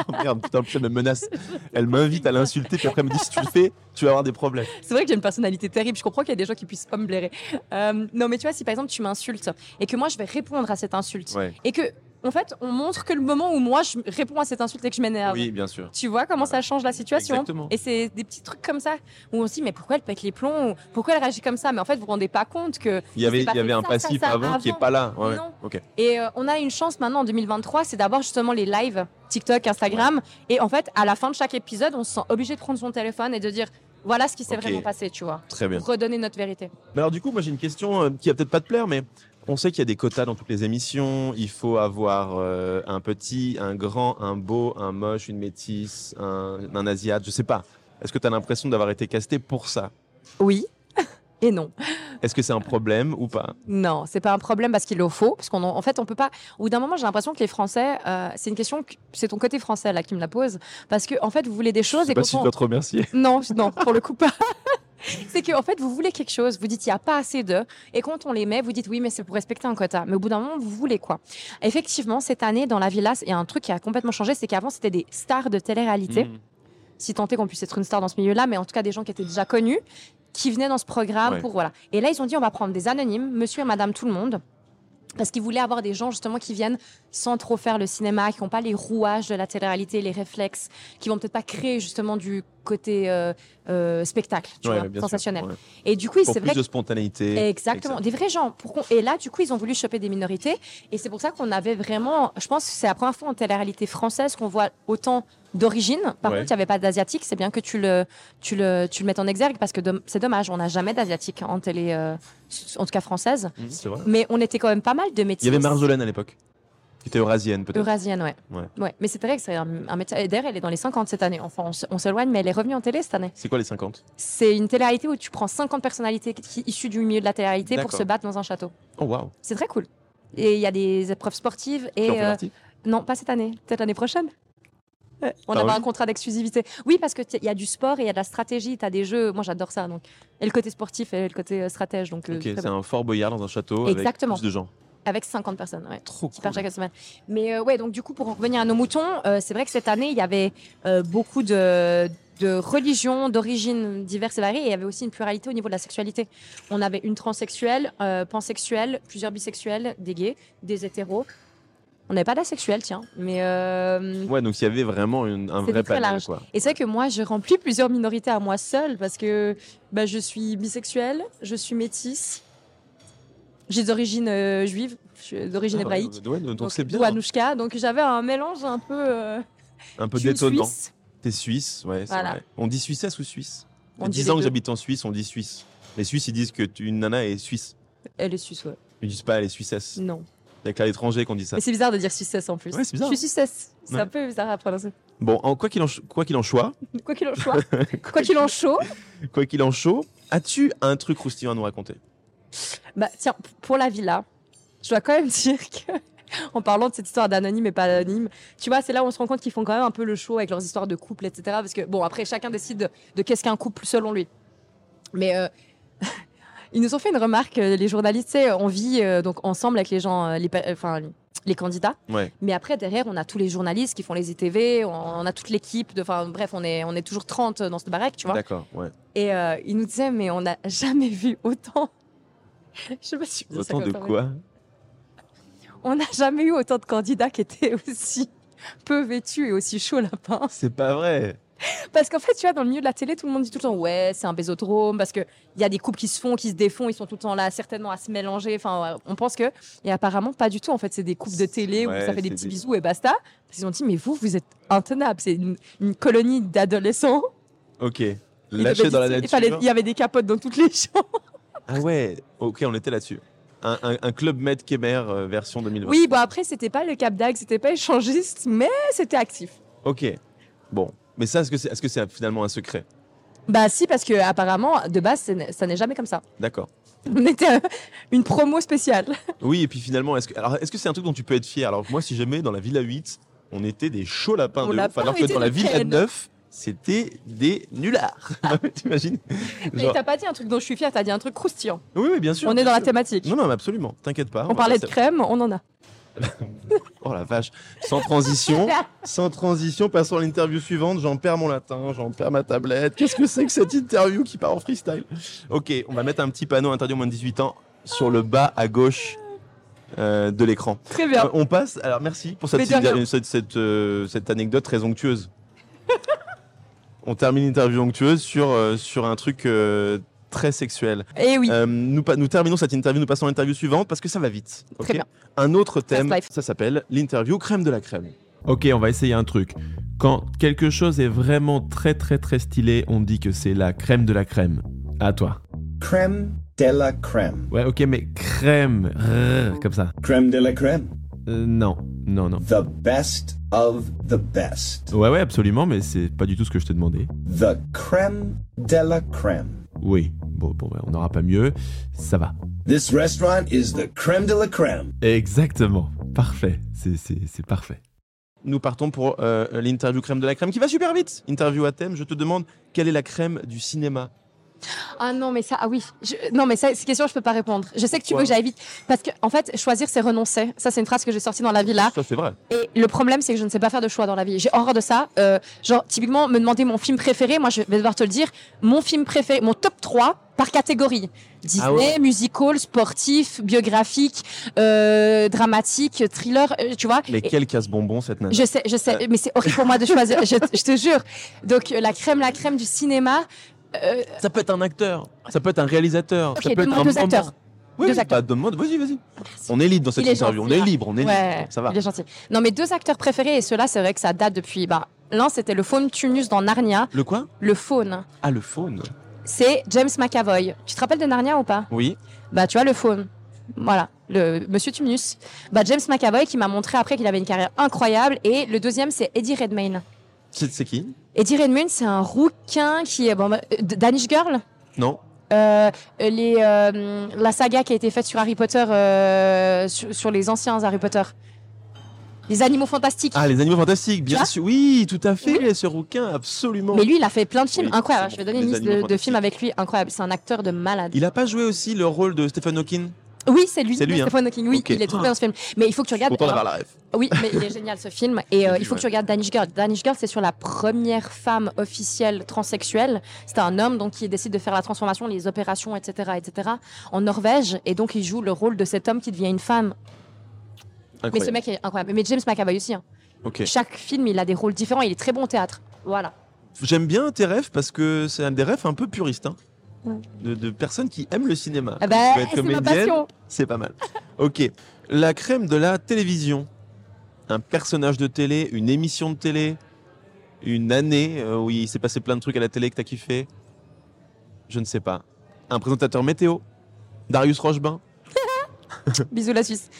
Speaker 2: Oh merde, putain, elle me
Speaker 1: *laughs*
Speaker 2: menace. Elle m'invite à l'insulter, puis après elle me dit si tu le fais, tu vas avoir des
Speaker 1: *laughs*
Speaker 2: problèmes.
Speaker 1: C'est vrai que j'ai une personnalité terrible, je comprends qu'il y a des gens qui puissent pas me blairer. Euh, non, mais tu vois, si par exemple, tu m'insultes et que moi, je vais répondre à cette insulte,
Speaker 2: Ouais.
Speaker 1: et que, en fait, on montre que le moment où moi, je réponds à cette insulte et que je m'énerve,
Speaker 2: Oui, bien sûr.
Speaker 1: tu vois comment ça change la situation
Speaker 2: Exactement.
Speaker 1: Et c'est des petits trucs comme ça où on se dit mais pourquoi elle pète les plombs Ou Pourquoi elle réagit comme ça Mais en fait, vous vous rendez pas compte que
Speaker 2: Il y avait,
Speaker 1: pas
Speaker 2: il y avait
Speaker 1: fait
Speaker 2: un
Speaker 1: ça,
Speaker 2: passif
Speaker 1: ça, ça,
Speaker 2: avant, qui est
Speaker 1: avant.
Speaker 2: pas là. Ouais, ouais.
Speaker 1: Non.
Speaker 2: Ok.
Speaker 1: et euh, on a une chance maintenant en 2023, c'est d'avoir justement les lives TikTok, Instagram et en fait, à la fin de chaque épisode, on se sent obligé de prendre son téléphone et de dire voilà ce qui s'est
Speaker 2: Ok.
Speaker 1: vraiment passé, tu vois.
Speaker 2: Très bien.
Speaker 1: Pour redonner notre vérité.
Speaker 2: Mais alors du coup, moi j'ai une question euh, qui va peut-être pas te plaire, mais on sait qu'il y a des quotas dans toutes les émissions. Il faut avoir euh, un petit, un grand, un beau, un moche, une métisse, un, un asiate, je sais pas. Est-ce que tu as l'impression d'avoir été casté pour ça
Speaker 1: Oui et non.
Speaker 2: Est-ce que c'est un problème ou pas
Speaker 1: Non, c'est pas un problème parce qu'il le faut, parce qu'on en en fait on peut pas. Au bout d'un moment, j'ai l'impression que les Français, euh, c'est une question, que- c'est ton côté français là qui me la pose, parce que en fait vous voulez des
Speaker 2: Je
Speaker 1: choses
Speaker 2: sais
Speaker 1: et
Speaker 2: pas
Speaker 1: quand
Speaker 2: si
Speaker 1: on-
Speaker 2: je dois te remercier.
Speaker 1: *laughs* Non, non, pour le coup pas. *laughs* C'est que en fait, vous voulez quelque chose, vous dites il n'y a pas assez d'eux, et quand on les met, vous dites oui, mais c'est pour respecter un quota. Mais au bout d'un moment, vous voulez quoi Effectivement, cette année, dans la villa, il y a un truc qui a complètement changé, c'est qu'avant, c'était des stars de télé-réalité,
Speaker 2: Mm.
Speaker 1: si tant est qu'on puisse être une star dans ce milieu-là, mais en tout cas des gens qui étaient déjà connus, qui venaient dans ce programme
Speaker 2: Ouais.
Speaker 1: pour voilà. Et là, ils ont dit on va prendre des anonymes, monsieur et madame tout le monde, parce qu'ils voulaient avoir des gens justement qui viennent sans trop faire le cinéma, qui n'ont pas les rouages de la télé-réalité, les réflexes, qui vont peut-être pas créer justement du côté euh, euh, spectacle, tu
Speaker 2: Ouais,
Speaker 1: vois,
Speaker 2: bien sûr,
Speaker 1: sensationnel.
Speaker 2: ouais.
Speaker 1: Et du coup,
Speaker 2: Pour
Speaker 1: c'est
Speaker 2: plus
Speaker 1: vrai
Speaker 2: de spontanéité.
Speaker 1: Exactement, des vrais gens. Pour qu'on- et là, du coup, ils ont voulu choper des minorités. Et c'est pour ça qu'on avait vraiment. Je pense que c'est la première fois en télé-réalité française qu'on voit autant d'origine. Par
Speaker 2: Ouais.
Speaker 1: contre, il n'y avait pas d'asiatique. C'est bien que tu le, tu, le, tu le mettes en exergue parce que dom- c'est dommage. On n'a jamais d'asiatique en télé, euh, en tout cas française.
Speaker 2: Mm, C'est vrai.
Speaker 1: Mais on était quand même pas mal de
Speaker 2: Il
Speaker 1: métiers.
Speaker 2: y avait Marzolène à l'époque, qui était eurasienne peut-être.
Speaker 1: Eurasienne, ouais.
Speaker 2: Ouais.
Speaker 1: Mais c'est vrai que c'est un, un métier. et D'ailleurs, elle est dans les 50 cette année. Enfin, on se- on s'éloigne, mais elle est revenue en télé cette année.
Speaker 2: C'est quoi les 50
Speaker 1: C'est une télé-réalité où tu prends 50 personnalités qui- issues du milieu de la télé-réalité pour
Speaker 2: D'accord.
Speaker 1: se battre dans un château.
Speaker 2: Oh waouh.
Speaker 1: C'est très cool. Et il y a des épreuves sportives et
Speaker 2: Tu en fais
Speaker 1: euh,
Speaker 2: partie
Speaker 1: non, pas cette année, peut-être l'année prochaine. Ouais, On
Speaker 2: Ah
Speaker 1: aura
Speaker 2: oui
Speaker 1: un contrat d'exclusivité. Oui, parce que t- il y a du sport et il y a de la stratégie, tu as des jeux, moi j'adore ça donc. Et le côté sportif et le côté euh, stratège donc euh,
Speaker 2: Ok,
Speaker 1: très
Speaker 2: c'est
Speaker 1: bon.
Speaker 2: un fort boyard dans un château
Speaker 1: Exactement.
Speaker 2: avec plus de gens.
Speaker 1: avec 50 personnes ouais,
Speaker 2: Trop
Speaker 1: qui partent chaque semaine. Mais euh, ouais, donc du coup pour en revenir à nos moutons, euh, c'est vrai que cette année, il y avait euh, beaucoup de de religions, d'origines diverses et variées, et il y avait aussi une pluralité au niveau de la sexualité. On avait une transsexuelle, euh, pansexuelle, plusieurs bisexuels, des gays, des hétéros. On n'avait pas d'asexuels, tiens. Mais euh,
Speaker 2: Ouais, donc il y avait vraiment une- un
Speaker 1: C'était
Speaker 2: vrai
Speaker 1: très
Speaker 2: panel.
Speaker 1: large.
Speaker 2: Quoi.
Speaker 1: et c'est vrai que moi, je remplis *laughs* plusieurs minorités à moi seule parce que bah, je suis bisexuelle, je suis métisse, j'ai d'origine euh, juive, je suis d'origine
Speaker 2: Ah, ouais,
Speaker 1: hébraïque,
Speaker 2: ouais, donc c'est bien.
Speaker 1: ou Anouchka. Donc j'avais un mélange un peu. euh,
Speaker 2: Un peu
Speaker 1: je suis
Speaker 2: détonnant.
Speaker 1: suisse.
Speaker 2: T'es suisse, ouais, c'est
Speaker 1: Voilà.
Speaker 2: vrai. On dit suissesse ou suisse
Speaker 1: On
Speaker 2: En
Speaker 1: dit les
Speaker 2: disant que
Speaker 1: deux.
Speaker 2: j'habite en Suisse, on dit suisse. Les Suisses, ils disent que tu- une nana est suisse.
Speaker 1: Elle est suisse, ouais.
Speaker 2: Ils disent pas elle est suissesse.
Speaker 1: Non.
Speaker 2: C'est avec l'étranger qu'on dit
Speaker 1: Mm.
Speaker 2: ça.
Speaker 1: Mais c'est bizarre de dire suissesse en plus.
Speaker 2: Ouais, c'est bizarre.
Speaker 1: Je suis suissesse. C'est
Speaker 2: Ouais.
Speaker 1: un peu bizarre à prononcer.
Speaker 2: Bon, en, quoi qu'il en, ch- quoi qu'il en soit,
Speaker 1: Quoi qu'il en
Speaker 2: *laughs*
Speaker 1: soit, quoi qu'il en soit,
Speaker 2: quoi qu'il en chaud, as-tu un truc croustillant à nous raconter
Speaker 1: bah tiens, p- pour la villa, je dois quand même *laughs* dire que. En parlant de cette histoire d'anonyme et pas anonyme, tu vois, c'est là où on se rend compte qu'ils font quand même un peu le show avec leurs histoires de couple, etc. Parce que, bon, après, chacun décide de, de qu'est-ce qu'un couple selon lui. Mais euh, *laughs* ils nous ont fait une remarque, euh, les journalistes, tu sais, on vit euh, donc ensemble avec les gens, euh, les, pe- euh, enfin, les candidats.
Speaker 2: Ouais.
Speaker 1: Mais après, derrière, on a tous les journalistes qui font les ITV, on, on a toute l'équipe. de- Enfin, bref, on est, on est toujours 30 dans cette baraque, tu vois.
Speaker 2: D'accord, ouais.
Speaker 1: Et euh, ils nous disaient, mais on n'a jamais vu autant. Je sais pas si je dis ça
Speaker 2: Autant
Speaker 1: comme
Speaker 2: de
Speaker 1: ça, mais-
Speaker 2: quoi
Speaker 1: On n'a jamais eu autant de candidats qui étaient aussi peu vêtus et aussi chauds lapins.
Speaker 2: C'est pas vrai.
Speaker 1: Parce qu'en fait, tu vois, dans le milieu de la télé, tout le monde dit tout le temps, ouais, c'est un bésodrome, parce qu'il y a des couples qui se font, qui se défont, ils sont tout le temps là, certainement à se mélanger. Enfin, ouais, on pense que. Et apparemment, pas du tout. En fait, c'est des couples de télé
Speaker 2: Ouais,
Speaker 1: où ça fait
Speaker 2: c'est
Speaker 1: des petits
Speaker 2: des-
Speaker 1: bisous et basta. Parce qu'ils ont dit, mais vous, vous êtes intenables. C'est une, une colonie d'adolescents.
Speaker 2: Ok.
Speaker 1: Ils
Speaker 2: Lâché
Speaker 1: devaient
Speaker 2: dans la
Speaker 1: dire- il
Speaker 2: nature.
Speaker 1: fallait- Il y avait des capotes dans toutes les *laughs* chambres.
Speaker 2: Ah ouais, ok, on était là-dessus. Un, un- un club Med Kemer euh, version 2020.
Speaker 1: Oui, bon, après, c'était pas le Cap d'Agde, c'était pas échangiste, mais c'était actif.
Speaker 2: Ok. Bon. Mais ça, est-ce que c'est est -ce c'est finalement un secret
Speaker 1: Bah, si, parce que apparemment, de base, c'est- ça n'est jamais comme ça. *laughs*
Speaker 2: D'accord.
Speaker 1: On était euh, une promo spéciale.
Speaker 2: Oui, et puis finalement, est-ce que alors, est-ce que c'est un truc dont tu peux être fier Alors, moi, si jamais dans la Villa 8, on était des chauds lapins
Speaker 1: On
Speaker 2: de
Speaker 1: l'a
Speaker 2: ouf,
Speaker 1: pas
Speaker 2: alors que
Speaker 1: été
Speaker 2: dans la
Speaker 1: de
Speaker 2: Villa
Speaker 1: Ken.
Speaker 2: 9, c'était des nullards. *laughs* T'imagines
Speaker 1: Mais
Speaker 2: Genre-
Speaker 1: t'as pas dit un truc dont je suis fière, t'as dit un truc croustillant.
Speaker 2: Oui, oui, bien sûr.
Speaker 1: On est
Speaker 2: bien
Speaker 1: dans la
Speaker 2: sûr.
Speaker 1: thématique.
Speaker 2: Non, non, mais absolument. T'inquiète pas.
Speaker 1: On
Speaker 2: va
Speaker 1: parlait de
Speaker 2: passer-
Speaker 1: crème, on en a.
Speaker 2: Oh la vache. Sans
Speaker 1: *laughs*
Speaker 2: transition. Sans transition, passons à l'interview suivante. J'en perds mon latin, j'en perds ma tablette. Qu'est-ce que c'est que cette interview qui part en freestyle Ok, on va mettre un petit panneau interdit aux moins de 18 ans sur le bas à gauche euh, de l'écran.
Speaker 1: Très bien.
Speaker 2: Euh, on passe. Alors merci pour cette,
Speaker 1: Mais de rien.
Speaker 2: petite- cette, cette, euh, cette anecdote
Speaker 1: *laughs*
Speaker 2: très onctueuse. on termine l'interview onctueuse sur, euh, sur un truc euh, très sexuel.
Speaker 1: Et Eh oui,
Speaker 2: Euh, nous, pa- nous terminons cette interview, nous passons à l'interview suivante parce que ça va vite. ok
Speaker 1: Très bien.
Speaker 2: Un autre thème,
Speaker 1: Fast life.
Speaker 2: ça s'appelle l'interview crème de la crème.
Speaker 3: Ok, on va essayer un truc. Quand quelque chose est vraiment très très très stylé, on dit que c'est la crème de la crème. À toi.
Speaker 6: Crème de la crème.
Speaker 3: Ouais, ok, mais crème, rrr, comme ça.
Speaker 6: Crème de la crème.
Speaker 3: Euh, non, non, non.
Speaker 6: The best of the best.
Speaker 3: Ouais, ouais, absolument, mais c'est pas du tout ce que je t'ai demandé.
Speaker 6: The crème de la crème.
Speaker 3: Oui, bon, bon, bah, on n'aura pas mieux. Ça va.
Speaker 6: This restaurant is the crème de la crème.
Speaker 3: Exactement. Parfait. C'est- C'est c'est parfait.
Speaker 2: Nous partons pour euh, l'interview crème de la crème qui va super vite. Interview à thème, je te demande quelle est la crème du cinéma
Speaker 1: Ah non, mais ça, ah oui. Je- non, mais ça, ces questions, je peux pas répondre. Je sais que tu veux
Speaker 2: Pourquoi
Speaker 1: que j'aille vite. Parce que, en fait, choisir, c'est renoncer. Ça, c'est une phrase que j'ai sortie dans la vie là.
Speaker 2: Ça, c'est vrai.
Speaker 1: Et le problème, c'est que je ne sais pas faire de choix dans la vie. J'ai horreur de ça. Euh, genre, typiquement, me demander mon film préféré, moi, je vais devoir te le dire. Mon film préféré, mon top 3 par catégorie. Disney,
Speaker 2: Ah ouais.
Speaker 1: musical, sportif, biographique, euh, dramatique, thriller, euh, tu vois.
Speaker 2: Mais
Speaker 1: Et-
Speaker 2: quel casse-bonbon cette nana.
Speaker 1: je sais, je sais, mais c'est horrible pour moi de choisir,
Speaker 2: *laughs*
Speaker 1: je, je te jure. Donc, euh, la crème, la crème du cinéma. Euh,
Speaker 2: Ça peut être un acteur, ça peut être un réalisateur,
Speaker 1: Ok,
Speaker 2: ça peut être
Speaker 1: donne-moi
Speaker 2: un
Speaker 1: deux
Speaker 2: roman.
Speaker 1: acteurs.
Speaker 2: Oui,
Speaker 1: Deux
Speaker 2: oui,
Speaker 1: acteurs.
Speaker 2: bah, donne-moi- vas-y, vas-y. On est libre dans cette
Speaker 1: Il est
Speaker 2: interview, on
Speaker 1: gentil,
Speaker 2: est
Speaker 1: là.
Speaker 2: libre, on est
Speaker 1: ouais,
Speaker 2: libre. Ça va.
Speaker 1: il est gentil. Non, mes deux acteurs préférés, et ceux-là, c'est vrai que ça date depuis. Bah, L'un, c'était le faune Tunus dans Narnia,
Speaker 2: Le quoi
Speaker 1: le faune.
Speaker 2: Ah, le faune.
Speaker 1: C'est James McAvoy. Tu te rappelles de Narnia ou pas
Speaker 2: Oui.
Speaker 1: Bah, tu vois, le faune. Voilà, le Monsieur Tunus. Bah, James McAvoy qui m'a montré après qu'il avait une carrière incroyable. Et le deuxième, c'est Eddie Redmayne.
Speaker 2: C'est c'est qui
Speaker 1: Eddie Redmayne, c'est un rouquin qui est. Bon, bah, euh, Danish Girl
Speaker 2: Non
Speaker 1: Euh, les, euh, la saga qui a été faite sur Harry Potter, euh, sur, sur les anciens Harry Potter. Les animaux fantastiques.
Speaker 2: Ah, les animaux fantastiques, bien
Speaker 1: Ça
Speaker 2: sûr. Oui, tout à fait, ce rouquin, absolument.
Speaker 1: Mais lui, il a fait plein de films
Speaker 2: Oui,
Speaker 1: incroyables.
Speaker 2: c'est
Speaker 1: Je vais
Speaker 2: bon.
Speaker 1: donner
Speaker 2: Les
Speaker 1: une liste
Speaker 2: animaux
Speaker 1: de, de films
Speaker 2: fantastiques.
Speaker 1: avec lui incroyable. C'est un acteur de malade.
Speaker 2: Il a pas joué aussi le rôle de Stephen Hawking
Speaker 1: Oui, c'est lui.
Speaker 2: C'est lui, hein.
Speaker 1: Stephen Hawking. Oui,
Speaker 2: Ok.
Speaker 1: il est trouvé dans ce film. Mais il faut que tu regardes.
Speaker 2: Pourtant,
Speaker 1: alors-
Speaker 2: d'avoir la rêve.
Speaker 1: oui, mais il est génial ce film. Et euh,
Speaker 2: Oui,
Speaker 1: il faut que
Speaker 2: ouais.
Speaker 1: tu regardes Danish Girl. Danish Girl, c'est sur la première femme officielle transsexuelle. C'est un homme donc qui décide de faire la transformation, les opérations, etc., etc. En Norvège, et donc il joue le rôle de cet homme qui devient une femme. Mais ce
Speaker 2: Incroyable.
Speaker 1: mec est incroyable. Mais James McAvoy aussi. hein.
Speaker 2: Ok.
Speaker 1: Chaque film, il a des rôles différents. Il est très bon au théâtre. Voilà.
Speaker 2: J'aime bien tes rêves parce que c'est un des rêves un peu puristes. hein.
Speaker 1: Ouais.
Speaker 2: De, de personnes qui aiment le cinéma.
Speaker 1: Ah bah,
Speaker 2: Tu veux être
Speaker 1: c'est ma
Speaker 2: comédienne, *laughs*
Speaker 1: passion.
Speaker 2: C'est pas mal. Ok. La crème de la télévision. Un personnage de télé, une émission de télé, une année euh, où il s'est passé plein de trucs à la télé que t'as kiffé. Je ne sais pas. Un présentateur météo. Darius Rochebin.
Speaker 1: Bisous la Suisse.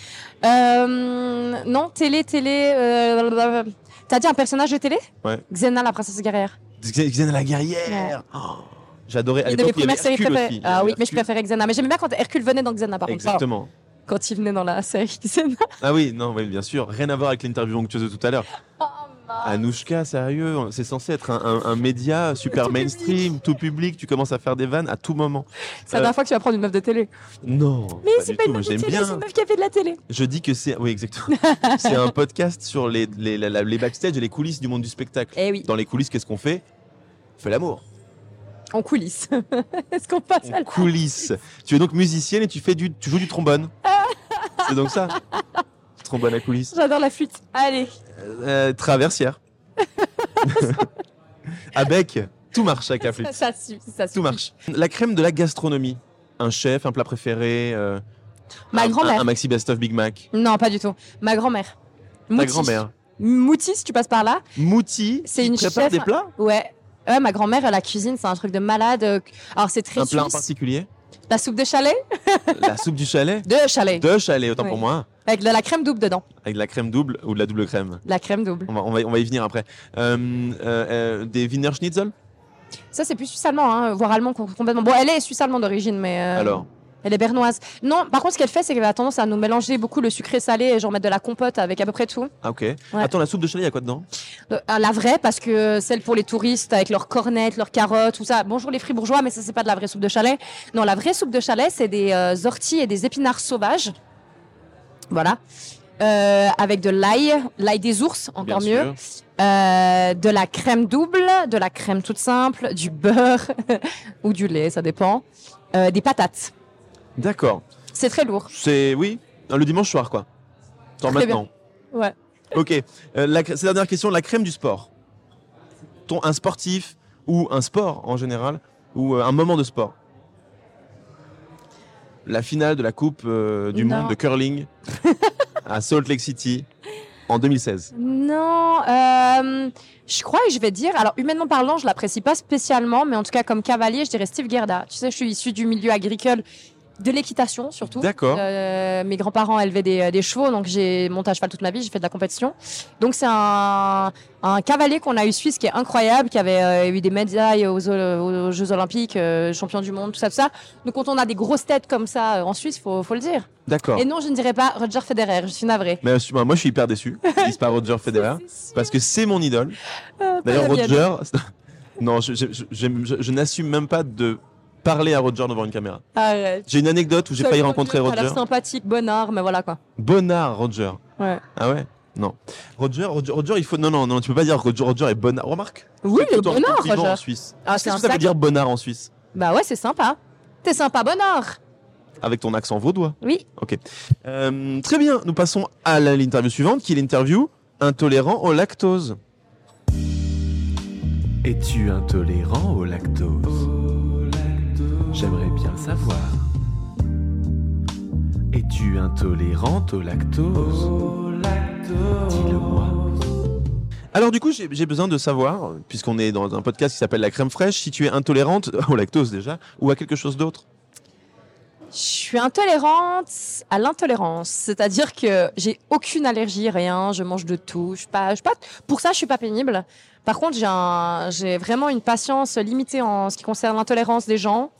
Speaker 1: Euh, non, télé, télé. euh, blablabla. T'as dit un personnage de télé
Speaker 2: Ouais.
Speaker 1: Xena, la princesse guerrière.
Speaker 2: Xen- Xena la guerrière. Oh, J'adorais. À
Speaker 1: Une de mes
Speaker 2: l'époque, il y avait
Speaker 1: premières séries
Speaker 2: Hercule
Speaker 1: préférées.
Speaker 2: aussi. Il y
Speaker 1: Ah
Speaker 2: avait
Speaker 1: oui, mais je
Speaker 2: Hercule.
Speaker 1: préférais Xena. Mais j'aimais bien quand Hercule venait dans Xena, par contre.
Speaker 2: Exactement.
Speaker 1: Ah, Quand il venait dans la série *laughs* Xena.
Speaker 2: Ah oui, non, oui, bien sûr. Rien à voir avec l'interview onctueuse de tout à l'heure. Anouchka, sérieux, c'est censé être un, un- un média super
Speaker 1: Tout public.
Speaker 2: mainstream, tout public. Tu commences à faire des vannes à tout moment.
Speaker 1: C'est la
Speaker 2: Euh,
Speaker 1: dernière fois que tu vas prendre une meuf de télé.
Speaker 2: Non.
Speaker 1: Mais
Speaker 2: pas
Speaker 1: c'est
Speaker 2: du
Speaker 1: pas
Speaker 2: tout,
Speaker 1: une
Speaker 2: moi,
Speaker 1: meuf de
Speaker 2: J'aime
Speaker 1: télé, c'est
Speaker 2: bien.
Speaker 1: une meuf qui a fait de la télé.
Speaker 2: Je dis que c'est.
Speaker 1: *laughs*
Speaker 2: Oui, exactement. c'est un podcast sur les, les, la- la- les backstage et les coulisses du monde du spectacle.
Speaker 1: Eh oui,
Speaker 2: Dans les coulisses, qu'est-ce qu'on fait On fait l'amour.
Speaker 1: en coulisses. *laughs* Est-ce qu'on passe à
Speaker 2: En
Speaker 1: la...
Speaker 2: coulisses. Tu es donc musicienne et tu, fais du, tu joues
Speaker 1: *laughs*
Speaker 2: du trombone. c'est donc ça. Trombone à coulisses.
Speaker 1: J'adore la flûte. Allez. *laughs*
Speaker 2: Euh, traversière. Avec. Tout marche avec la flûte.
Speaker 1: Ça, *laughs* ça, suffit, ça
Speaker 2: Tout
Speaker 1: suffit.
Speaker 2: marche. La crème de la gastronomie. Un chef, un plat préféré. euh,
Speaker 1: Ma
Speaker 2: un-
Speaker 1: grand-mère.
Speaker 2: Un, un maxi best-of Big Mac.
Speaker 1: Non, pas du tout. Ma grand-mère.
Speaker 2: Ta
Speaker 1: Moutis.
Speaker 2: grand-mère.
Speaker 1: Moutis, tu passes par là.
Speaker 2: Mouti.
Speaker 1: C'est
Speaker 2: qui
Speaker 1: une
Speaker 2: prépare
Speaker 1: chef-
Speaker 2: des plats
Speaker 1: Ouais. Ouais, ma grand-mère, la cuisine, c'est un truc de malade. Euh, Alors, c'est très
Speaker 2: Un plat en
Speaker 1: suisse.
Speaker 2: particulier
Speaker 1: La soupe de chalet
Speaker 2: La soupe du chalet
Speaker 1: De chalet.
Speaker 2: De chalet, autant
Speaker 1: Oui.
Speaker 2: pour moi.
Speaker 1: Avec de la crème double dedans.
Speaker 2: Avec de la crème double ou de la double crème.
Speaker 1: La crème double.
Speaker 2: On va, on va, on va y venir après. Euh, euh, euh, des Wiener Schnitzel
Speaker 1: Ça, c'est plus suisse-allemand, hein, voire allemand com- complètement. Bon, elle est suisse-allemande d'origine, mais. euh,
Speaker 2: Alors,
Speaker 1: Elle est bernoise. Non, par contre, ce qu'elle fait, c'est qu'elle a tendance à nous mélanger beaucoup le sucré salé et genre mettre de la compote avec à peu près tout.
Speaker 2: ah, ok. Attends, la soupe de chalet, il y a quoi dedans
Speaker 1: Euh, la vraie, parce que celle pour les touristes avec leurs cornettes, leurs carottes, tout ça. Bonjour les fribourgeois, mais ça, c'est pas de la vraie soupe de chalet. Non, la vraie soupe de chalet, c'est des euh, orties et des épinards sauvages. Voilà. Euh, avec de l'ail, l'ail des ours, encore mieux.
Speaker 2: Bien sûr.
Speaker 1: Euh, de la crème double, de la crème toute simple, du beurre *laughs* ou du lait, ça dépend. Euh, des patates.
Speaker 2: D'accord.
Speaker 1: C'est très lourd.
Speaker 2: C'est, oui, le dimanche soir, quoi. Genre
Speaker 1: Très
Speaker 2: maintenant.
Speaker 1: Ouais.
Speaker 2: Ok. Euh, la, cr- c'est la dernière question. La crème du sport. Ton, un sportif ou un sport en général ou euh, un moment de sport. La finale de la Coupe euh, du
Speaker 1: Non.
Speaker 2: Monde
Speaker 1: *laughs*
Speaker 2: de curling à Salt Lake City en 2016.
Speaker 1: Non, euh, je crois et je vais dire. Alors humainement parlant, je l'apprécie pas spécialement, mais en tout cas comme cavalier, je dirais Steve Gerda. Tu sais, je suis issue du milieu agricole, de l'équitation surtout.
Speaker 2: D'accord.
Speaker 1: Euh, mes grands-parents élevaient des, des chevaux, donc j'ai monté à cheval toute ma vie, j'ai fait de la compétition. Donc c'est un, un cavalier qu'on a eu suisse qui est incroyable, qui avait euh, eu des médailles aux, aux Jeux Olympiques, euh, champion du monde, tout ça, tout ça. Donc quand on a des grosses têtes comme ça euh, en Suisse, faut, faut le dire.
Speaker 2: D'accord.
Speaker 1: Et non, je ne dirais pas Roger Federer, je suis navrée.
Speaker 2: Mais euh, su- moi, je suis
Speaker 1: *laughs*
Speaker 2: hyper déçu. qu'ils disent pas Roger Federer parce que c'est mon idole.
Speaker 1: Ah,
Speaker 2: D'ailleurs, Roger. non, je, je- je- j'aime- je- je n'assume même pas de parler à Roger devant une caméra.
Speaker 1: Arrête.
Speaker 2: J'ai une anecdote où j'ai
Speaker 1: Euh, Seul
Speaker 2: failli
Speaker 1: bon
Speaker 2: rencontrer
Speaker 1: vieux, t'as
Speaker 2: Roger.
Speaker 1: l'air sympathique, bonnard, mais voilà quoi.
Speaker 2: Bonnard, Roger.
Speaker 1: Ouais.
Speaker 2: Ah ouais Non. Roger, Roger, Roger, il faut. Non, non, non, tu peux pas dire Roger, Roger est bonnard. Remarque.
Speaker 1: Oui,
Speaker 2: c'est
Speaker 1: le
Speaker 2: plutôt un
Speaker 1: bonnard,
Speaker 2: compliment en
Speaker 1: Roger.
Speaker 2: Suisse.
Speaker 1: Ah, c'est
Speaker 2: Qu'est-ce
Speaker 1: un
Speaker 2: que ça veut
Speaker 1: sac.
Speaker 2: dire bonnard en Suisse
Speaker 1: Bah ouais, c'est sympa. T'es sympa, bonnard.
Speaker 2: Avec ton accent vaudois.
Speaker 1: Oui.
Speaker 2: Ok. Euh, très bien, nous passons à la- l'interview suivante qui est l'interview intolérant au lactose.
Speaker 3: Es-tu intolérant au lactose J'aimerais bien savoir. Es-tu intolérante au lactose Dis-le-moi.
Speaker 2: Alors du coup, j'ai j'ai besoin de savoir, puisqu'on est dans un podcast qui s'appelle La Crème Fraîche, si tu es intolérante *laughs* au lactose déjà, ou à quelque chose d'autre.
Speaker 1: Je suis intolérante à l'intolérance, c'est-à-dire que j'ai aucune allergie, rien, je mange de tout. Je suis pas, je suis pas, pour ça, je suis pas pénible. Par contre, j'ai un- j'ai vraiment une patience limitée en ce qui concerne l'intolérance des gens,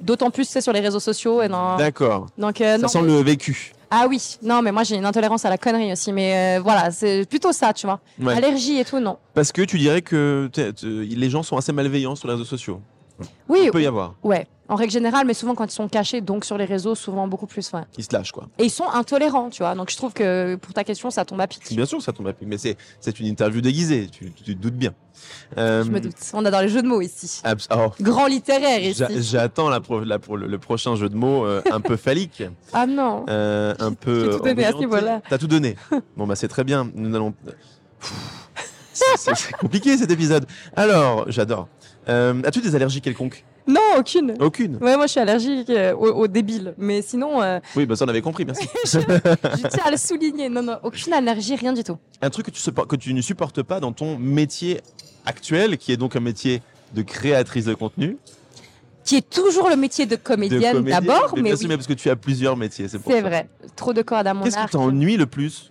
Speaker 1: d'autant plus c'est sur les réseaux sociaux et dans.
Speaker 2: D'accord.
Speaker 1: Donc euh,
Speaker 2: Ça
Speaker 1: Ah. non.
Speaker 2: sent le vécu.
Speaker 1: Ah oui, non, mais moi j'ai une intolérance à la connerie aussi, mais euh, voilà, c'est plutôt ça, tu vois.
Speaker 2: Ouais.
Speaker 1: Allergie et tout, non.
Speaker 2: Parce que tu dirais que t'es- t'es- les gens sont assez malveillants sur les réseaux sociaux.
Speaker 1: Oui,
Speaker 2: Il peut y avoir.
Speaker 1: ouais. En règle générale, mais souvent quand ils sont cachés, donc sur les réseaux, souvent beaucoup plus. Ouais.
Speaker 2: Ils se lâchent quoi.
Speaker 1: Et ils sont intolérants, tu vois. Donc je trouve que pour ta question, ça tombe à pic.
Speaker 2: Bien sûr, ça tombe à pic, mais c'est c'est une interview déguisée, tu, tu te doutes bien. Euh,
Speaker 1: Je me doute. On adore les jeux de mots ici.
Speaker 2: abs- oh,
Speaker 1: Grand littéraire ici.
Speaker 2: j'a- J'attends la pro- la pro- le prochain jeu de mots euh, un peu
Speaker 1: *laughs*
Speaker 2: phallique,
Speaker 1: Ah non.
Speaker 2: euh,
Speaker 1: *laughs*
Speaker 2: un peu.
Speaker 1: J'ai tout donné à ce
Speaker 2: orienté.
Speaker 1: niveau-là.
Speaker 2: T'as
Speaker 1: *laughs*
Speaker 2: tout donné. Bon bah c'est très bien. Nous allons. C'est- C'est c'est compliqué cet épisode. Alors, j'adore. Euh, As-tu des allergies quelconques
Speaker 1: Non, aucune.
Speaker 2: Aucune.
Speaker 1: Ouais, moi je suis allergique euh, aux, aux débiles. Mais sinon, euh,
Speaker 2: Oui, bah ça on avait compris, *laughs* merci.
Speaker 1: je tiens à le souligner. Non, non, aucune allergie, rien du tout.
Speaker 2: un truc que tu, suppo- que tu ne supportes pas dans ton métier actuel, qui est donc un métier de créatrice de contenu.
Speaker 1: Qui est toujours le métier de
Speaker 2: de
Speaker 1: comédienne
Speaker 2: comédienne,
Speaker 1: d'abord, mais,
Speaker 2: bien sûr,
Speaker 1: oui,
Speaker 2: parce que tu as plusieurs métiers, c'est pour
Speaker 1: c'est
Speaker 2: ça.
Speaker 1: vrai. Trop de cordes à mon
Speaker 2: Qu'est-ce qui
Speaker 1: arc.
Speaker 2: t'ennuie le plus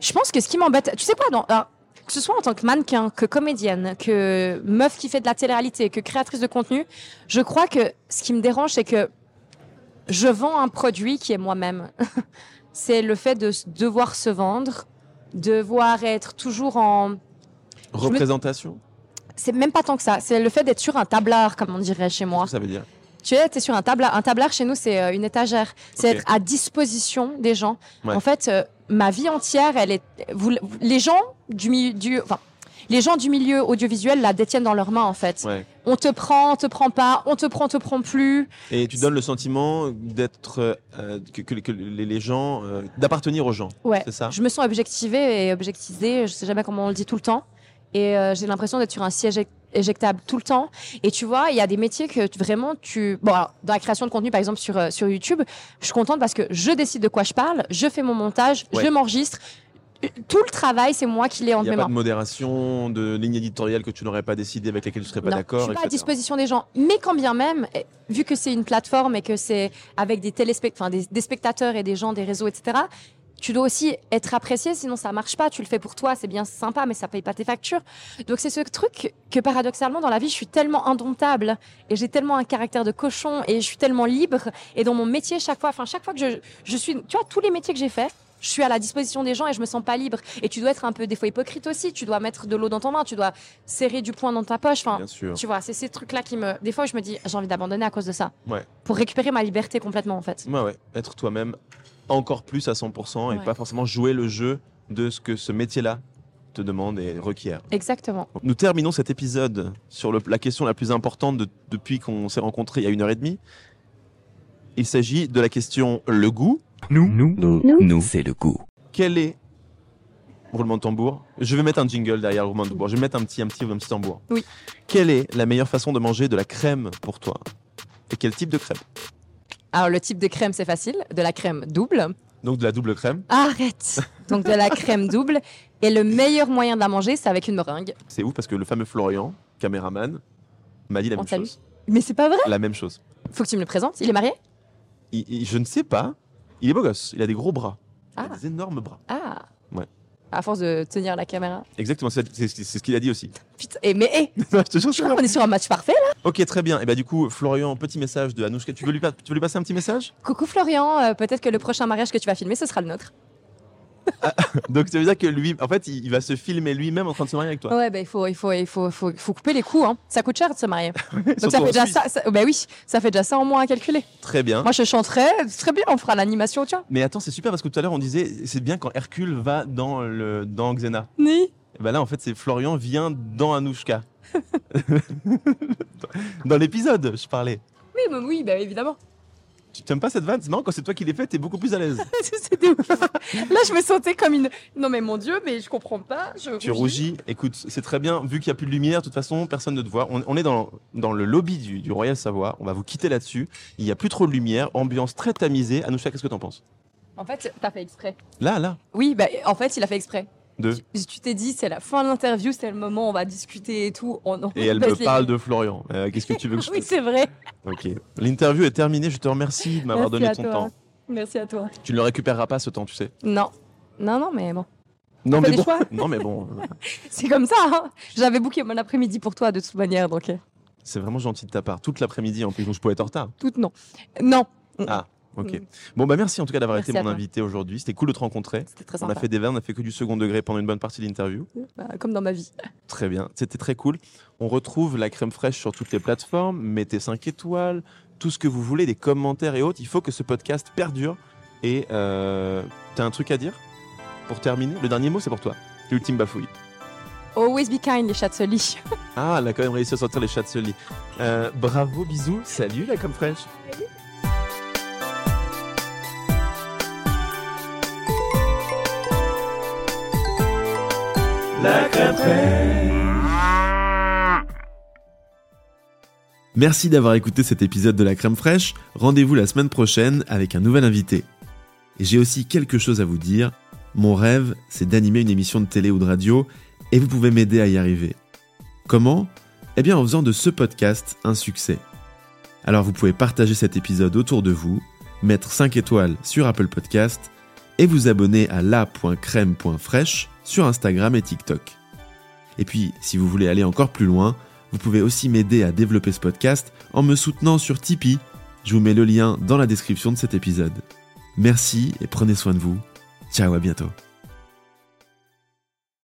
Speaker 1: Je pense que ce qui m'embête, tu sais quoi, dans- alors, que ce soit en tant que mannequin, que comédienne, que meuf qui fait de la télé-réalité, que créatrice de contenu, je crois que ce qui me dérange, c'est que je vends un produit qui est moi-même. *laughs* c'est le fait de s- devoir se vendre, devoir être toujours en...
Speaker 2: Représentation
Speaker 1: C'est même pas tant que ça, c'est le fait d'être sur un tablard, comme on dirait chez moi.
Speaker 2: Qu'est-ce que ça veut dire
Speaker 1: Tu es, t'es sur un tablard. Un tablard, chez nous, c'est euh, une étagère. C'est
Speaker 2: Ok.
Speaker 1: être à disposition des gens.
Speaker 2: Ouais.
Speaker 1: En fait, euh, ma vie entière, elle est. vous- les gens du milieu, du, enfin, les gens du milieu audiovisuel la détiennent dans leurs mains, en fait.
Speaker 2: Ouais.
Speaker 1: On te prend, on te prend pas, on te prend, on te prend plus.
Speaker 2: Et tu donnes le sentiment d'être. euh, euh, que, que- que les les gens. euh, d'appartenir aux gens.
Speaker 1: Ouais.
Speaker 2: C'est ça
Speaker 1: Je me sens objectivée et objectisée. Je sais jamais comment on le dit tout le temps. Et euh, j'ai l'impression d'être sur un siège éjec- éjectable tout le temps. Et tu vois, il y a des métiers que tu- vraiment tu. Bon, alors, dans la création de contenu, par exemple sur euh, sur YouTube, je suis contente parce que je décide de quoi je parle, je fais mon montage,
Speaker 2: Ouais.
Speaker 1: je m'enregistre. Euh, Tout le travail, c'est moi qui l'ai
Speaker 2: Il
Speaker 1: en
Speaker 2: n'y a
Speaker 1: mes
Speaker 2: pas
Speaker 1: mains.
Speaker 2: de modération, de ligne éditoriale que tu n'aurais pas décidé, avec laquelle tu ne serais pas
Speaker 1: Non, je
Speaker 2: d'accord.
Speaker 1: suis pas à
Speaker 2: etc.
Speaker 1: disposition des gens. Mais quand bien même, eh, vu que c'est une plateforme et que c'est avec des, téléspect- enfin, des, des spectateurs et des gens, des réseaux, etc., tu dois aussi être apprécié, sinon ça marche pas. Tu le fais pour toi, c'est bien sympa, mais ça paye pas tes factures. Donc c'est ce truc que paradoxalement, dans la vie, je suis tellement indomptable et j'ai tellement un caractère de cochon et je suis tellement libre. Et dans mon métier, chaque fois, enfin, chaque fois que je, je suis, tu vois, tous les métiers que j'ai faits, je suis à la disposition des gens et je me sens pas libre. Et tu dois être un peu des fois hypocrite aussi. Tu dois mettre de l'eau dans ton vin, tu dois serrer du poing dans ta poche. Enfin,
Speaker 2: Bien sûr.
Speaker 1: tu vois, c'est ces trucs-là qui me. Des fois, je me dis, j'ai envie d'abandonner à cause de ça.
Speaker 2: Ouais.
Speaker 1: Pour récupérer ma liberté complètement, en fait.
Speaker 2: Ouais, ouais. Être toi-même encore plus à 100% et
Speaker 1: Ouais.
Speaker 2: pas forcément jouer le jeu de ce que ce métier-là te demande et requiert.
Speaker 1: Exactement.
Speaker 2: Nous terminons cet épisode sur le- la question la plus importante de- depuis qu'on s'est rencontrés il y a une heure et demie. Il s'agit de la question le goût.
Speaker 7: Nous, nous, nous, c'est le goût.
Speaker 2: Quel est roulement de tambour Je vais mettre un jingle derrière le roulement de tambour. Je vais mettre un petit, un petit, un petit tambour.
Speaker 1: Oui.
Speaker 2: Quelle est la meilleure façon de manger de la crème pour toi Et quel type de crème
Speaker 1: Alors, le type de crème, c'est facile. De la crème double.
Speaker 2: Donc de la double crème,
Speaker 1: Arrête *laughs* Donc, de la crème double. Et le meilleur moyen de la manger, c'est avec une meringue.
Speaker 2: c'est ouf parce que le fameux Florian, caméraman, m'a dit la
Speaker 1: On
Speaker 2: même
Speaker 1: salue.
Speaker 2: chose.
Speaker 1: Mais c'est pas vrai
Speaker 2: La même chose.
Speaker 1: Faut que tu me le présentes. Il est marié
Speaker 2: Il- il- je ne sais pas. Il est beau gosse. Il a des gros bras. Il
Speaker 1: Ah.
Speaker 2: a des énormes bras.
Speaker 1: Ah
Speaker 2: Ouais.
Speaker 1: À force de tenir la caméra.
Speaker 2: Exactement, c'est c'est- c'est ce qu'il a dit aussi. *laughs*
Speaker 1: Putain, et mais *laughs* hé
Speaker 2: Non, je te jure,
Speaker 1: Je
Speaker 2: c'est
Speaker 1: crois qu'on est sur un match parfait, là
Speaker 2: Ok, très bien. Et bah du coup, Florian, petit message de Anouchka. Tu veux lui, pa- tu veux lui passer un petit message *laughs*
Speaker 1: Coucou Florian, euh, peut-être que le prochain mariage que tu vas filmer, ce sera le nôtre.
Speaker 2: Donc ça veut dire que lui, en fait, il, il va se filmer lui-même en train de se marier avec toi.
Speaker 1: Ouais, bah, il faut, il faut, il faut, il faut, il faut couper les coûts. Hein. Ça coûte cher de se
Speaker 2: *laughs*
Speaker 1: marier. Donc
Speaker 2: Surtout
Speaker 1: ça
Speaker 2: en
Speaker 1: fait déjà
Speaker 2: Suisse.
Speaker 1: ça, ça- bah oui, ça fait déjà ça en moins à calculer.
Speaker 2: Très bien.
Speaker 1: Moi, je chanterai très bien. On fera l'animation, tu vois.
Speaker 2: Mais attends, c'est super parce que tout à l'heure on disait c'est bien quand Hercule va dans le dans Xena.
Speaker 1: Ni.
Speaker 2: Et ben là en fait c'est Florian vient
Speaker 1: *laughs*
Speaker 2: dans Anouchka. *laughs* dans l'épisode, je parlais.
Speaker 1: Oui, mais oui, bah *laughs* évidemment.
Speaker 2: Tu t'aimes pas cette vanne C'est marrant quand c'est toi qui l'ai faite, t'es beaucoup plus à l'aise.
Speaker 1: C'était *laughs* ouf. Là, je me sentais comme une. Non, mais mon Dieu, mais je comprends pas. Je
Speaker 2: tu rougis. Écoute, c'est très bien. Vu qu'il n'y a plus de lumière, de toute façon, personne ne te voit. On, on est dans, dans le lobby du, du Royal Savoie. On va vous quitter là-dessus. Il n'y a plus trop de lumière. Ambiance très tamisée. Anouchka, qu'est-ce que t'en penses
Speaker 1: En fait, t'as fait exprès.
Speaker 2: Là, là.
Speaker 1: Oui, bah en fait, il a fait exprès.
Speaker 2: De.
Speaker 1: Tu tu t'es dit, c'est la fin de l'interview, c'est le moment, on va discuter et tout. On, on
Speaker 2: Et elle
Speaker 1: baisse
Speaker 2: me
Speaker 1: les-
Speaker 2: parle de Florian. Euh, qu'est-ce que tu veux que
Speaker 1: *laughs*
Speaker 2: je
Speaker 1: Oui,
Speaker 2: fasse
Speaker 1: c'est vrai.
Speaker 2: Ok. L'interview est terminée. Je te remercie de m'avoir donné
Speaker 1: Merci
Speaker 2: ton
Speaker 1: à toi.
Speaker 2: temps.
Speaker 1: Merci à toi.
Speaker 2: Tu ne le récupéreras pas ce temps, tu sais.
Speaker 1: Non. Non, non, mais bon.
Speaker 2: Non
Speaker 1: fait
Speaker 2: mais
Speaker 1: des
Speaker 2: bon.
Speaker 1: choix. *laughs*
Speaker 2: Non mais bon. *laughs* euh,
Speaker 1: C'est comme ça. hein. J'avais booké mon après-midi pour toi, de toute manière, donc. euh,
Speaker 2: C'est vraiment gentil de ta part. Toute l'après-midi en plus, donc je pouvais être en retard.
Speaker 1: Toute non. Non,
Speaker 2: Ok.
Speaker 1: Mm.
Speaker 2: Bon bah merci en tout cas d'avoir
Speaker 1: Merci
Speaker 2: été
Speaker 1: à
Speaker 2: mon
Speaker 1: toi.
Speaker 2: invité aujourd'hui. C'était cool de te rencontrer.
Speaker 1: c'était très
Speaker 2: On
Speaker 1: sympa.
Speaker 2: a fait des vannes, on a fait que du second degré pendant une bonne partie de l'interview.
Speaker 1: Bah, comme dans ma vie.
Speaker 2: Très bien, c'était très cool. On retrouve la crème fraîche sur toutes les plateformes, mettez 5 étoiles, tout ce que vous voulez, des commentaires et autres. Il faut que ce podcast perdure. Et euh, t'as un truc à dire pour terminer Le dernier mot, c'est pour toi. L'ultime bafouille.
Speaker 1: Always be kind, les chats de ce lit.
Speaker 2: Ah, elle a quand même réussi à sortir les chats de ce lit. Euh, bravo, bisous, salut la crème fraîche.
Speaker 3: Merci d'avoir écouté cet épisode de La Crème Fraîche. Rendez-vous la semaine prochaine avec un nouvel invité. Et j'ai aussi quelque chose à vous dire. Mon rêve, c'est d'animer une émission de télé ou de radio et vous pouvez m'aider à y arriver. Comment Eh bien en faisant de ce podcast un succès. Alors vous pouvez partager cet épisode autour de vous, mettre 5 étoiles sur Apple Podcast et vous abonner à la.crème.fraîche sur Instagram et TikTok. Et puis, si vous voulez aller encore plus loin, vous pouvez aussi m'aider à développer ce podcast en me soutenant sur Tipeee. Je vous mets le lien dans la description de cet épisode. Merci et prenez soin de vous. Ciao, à bientôt.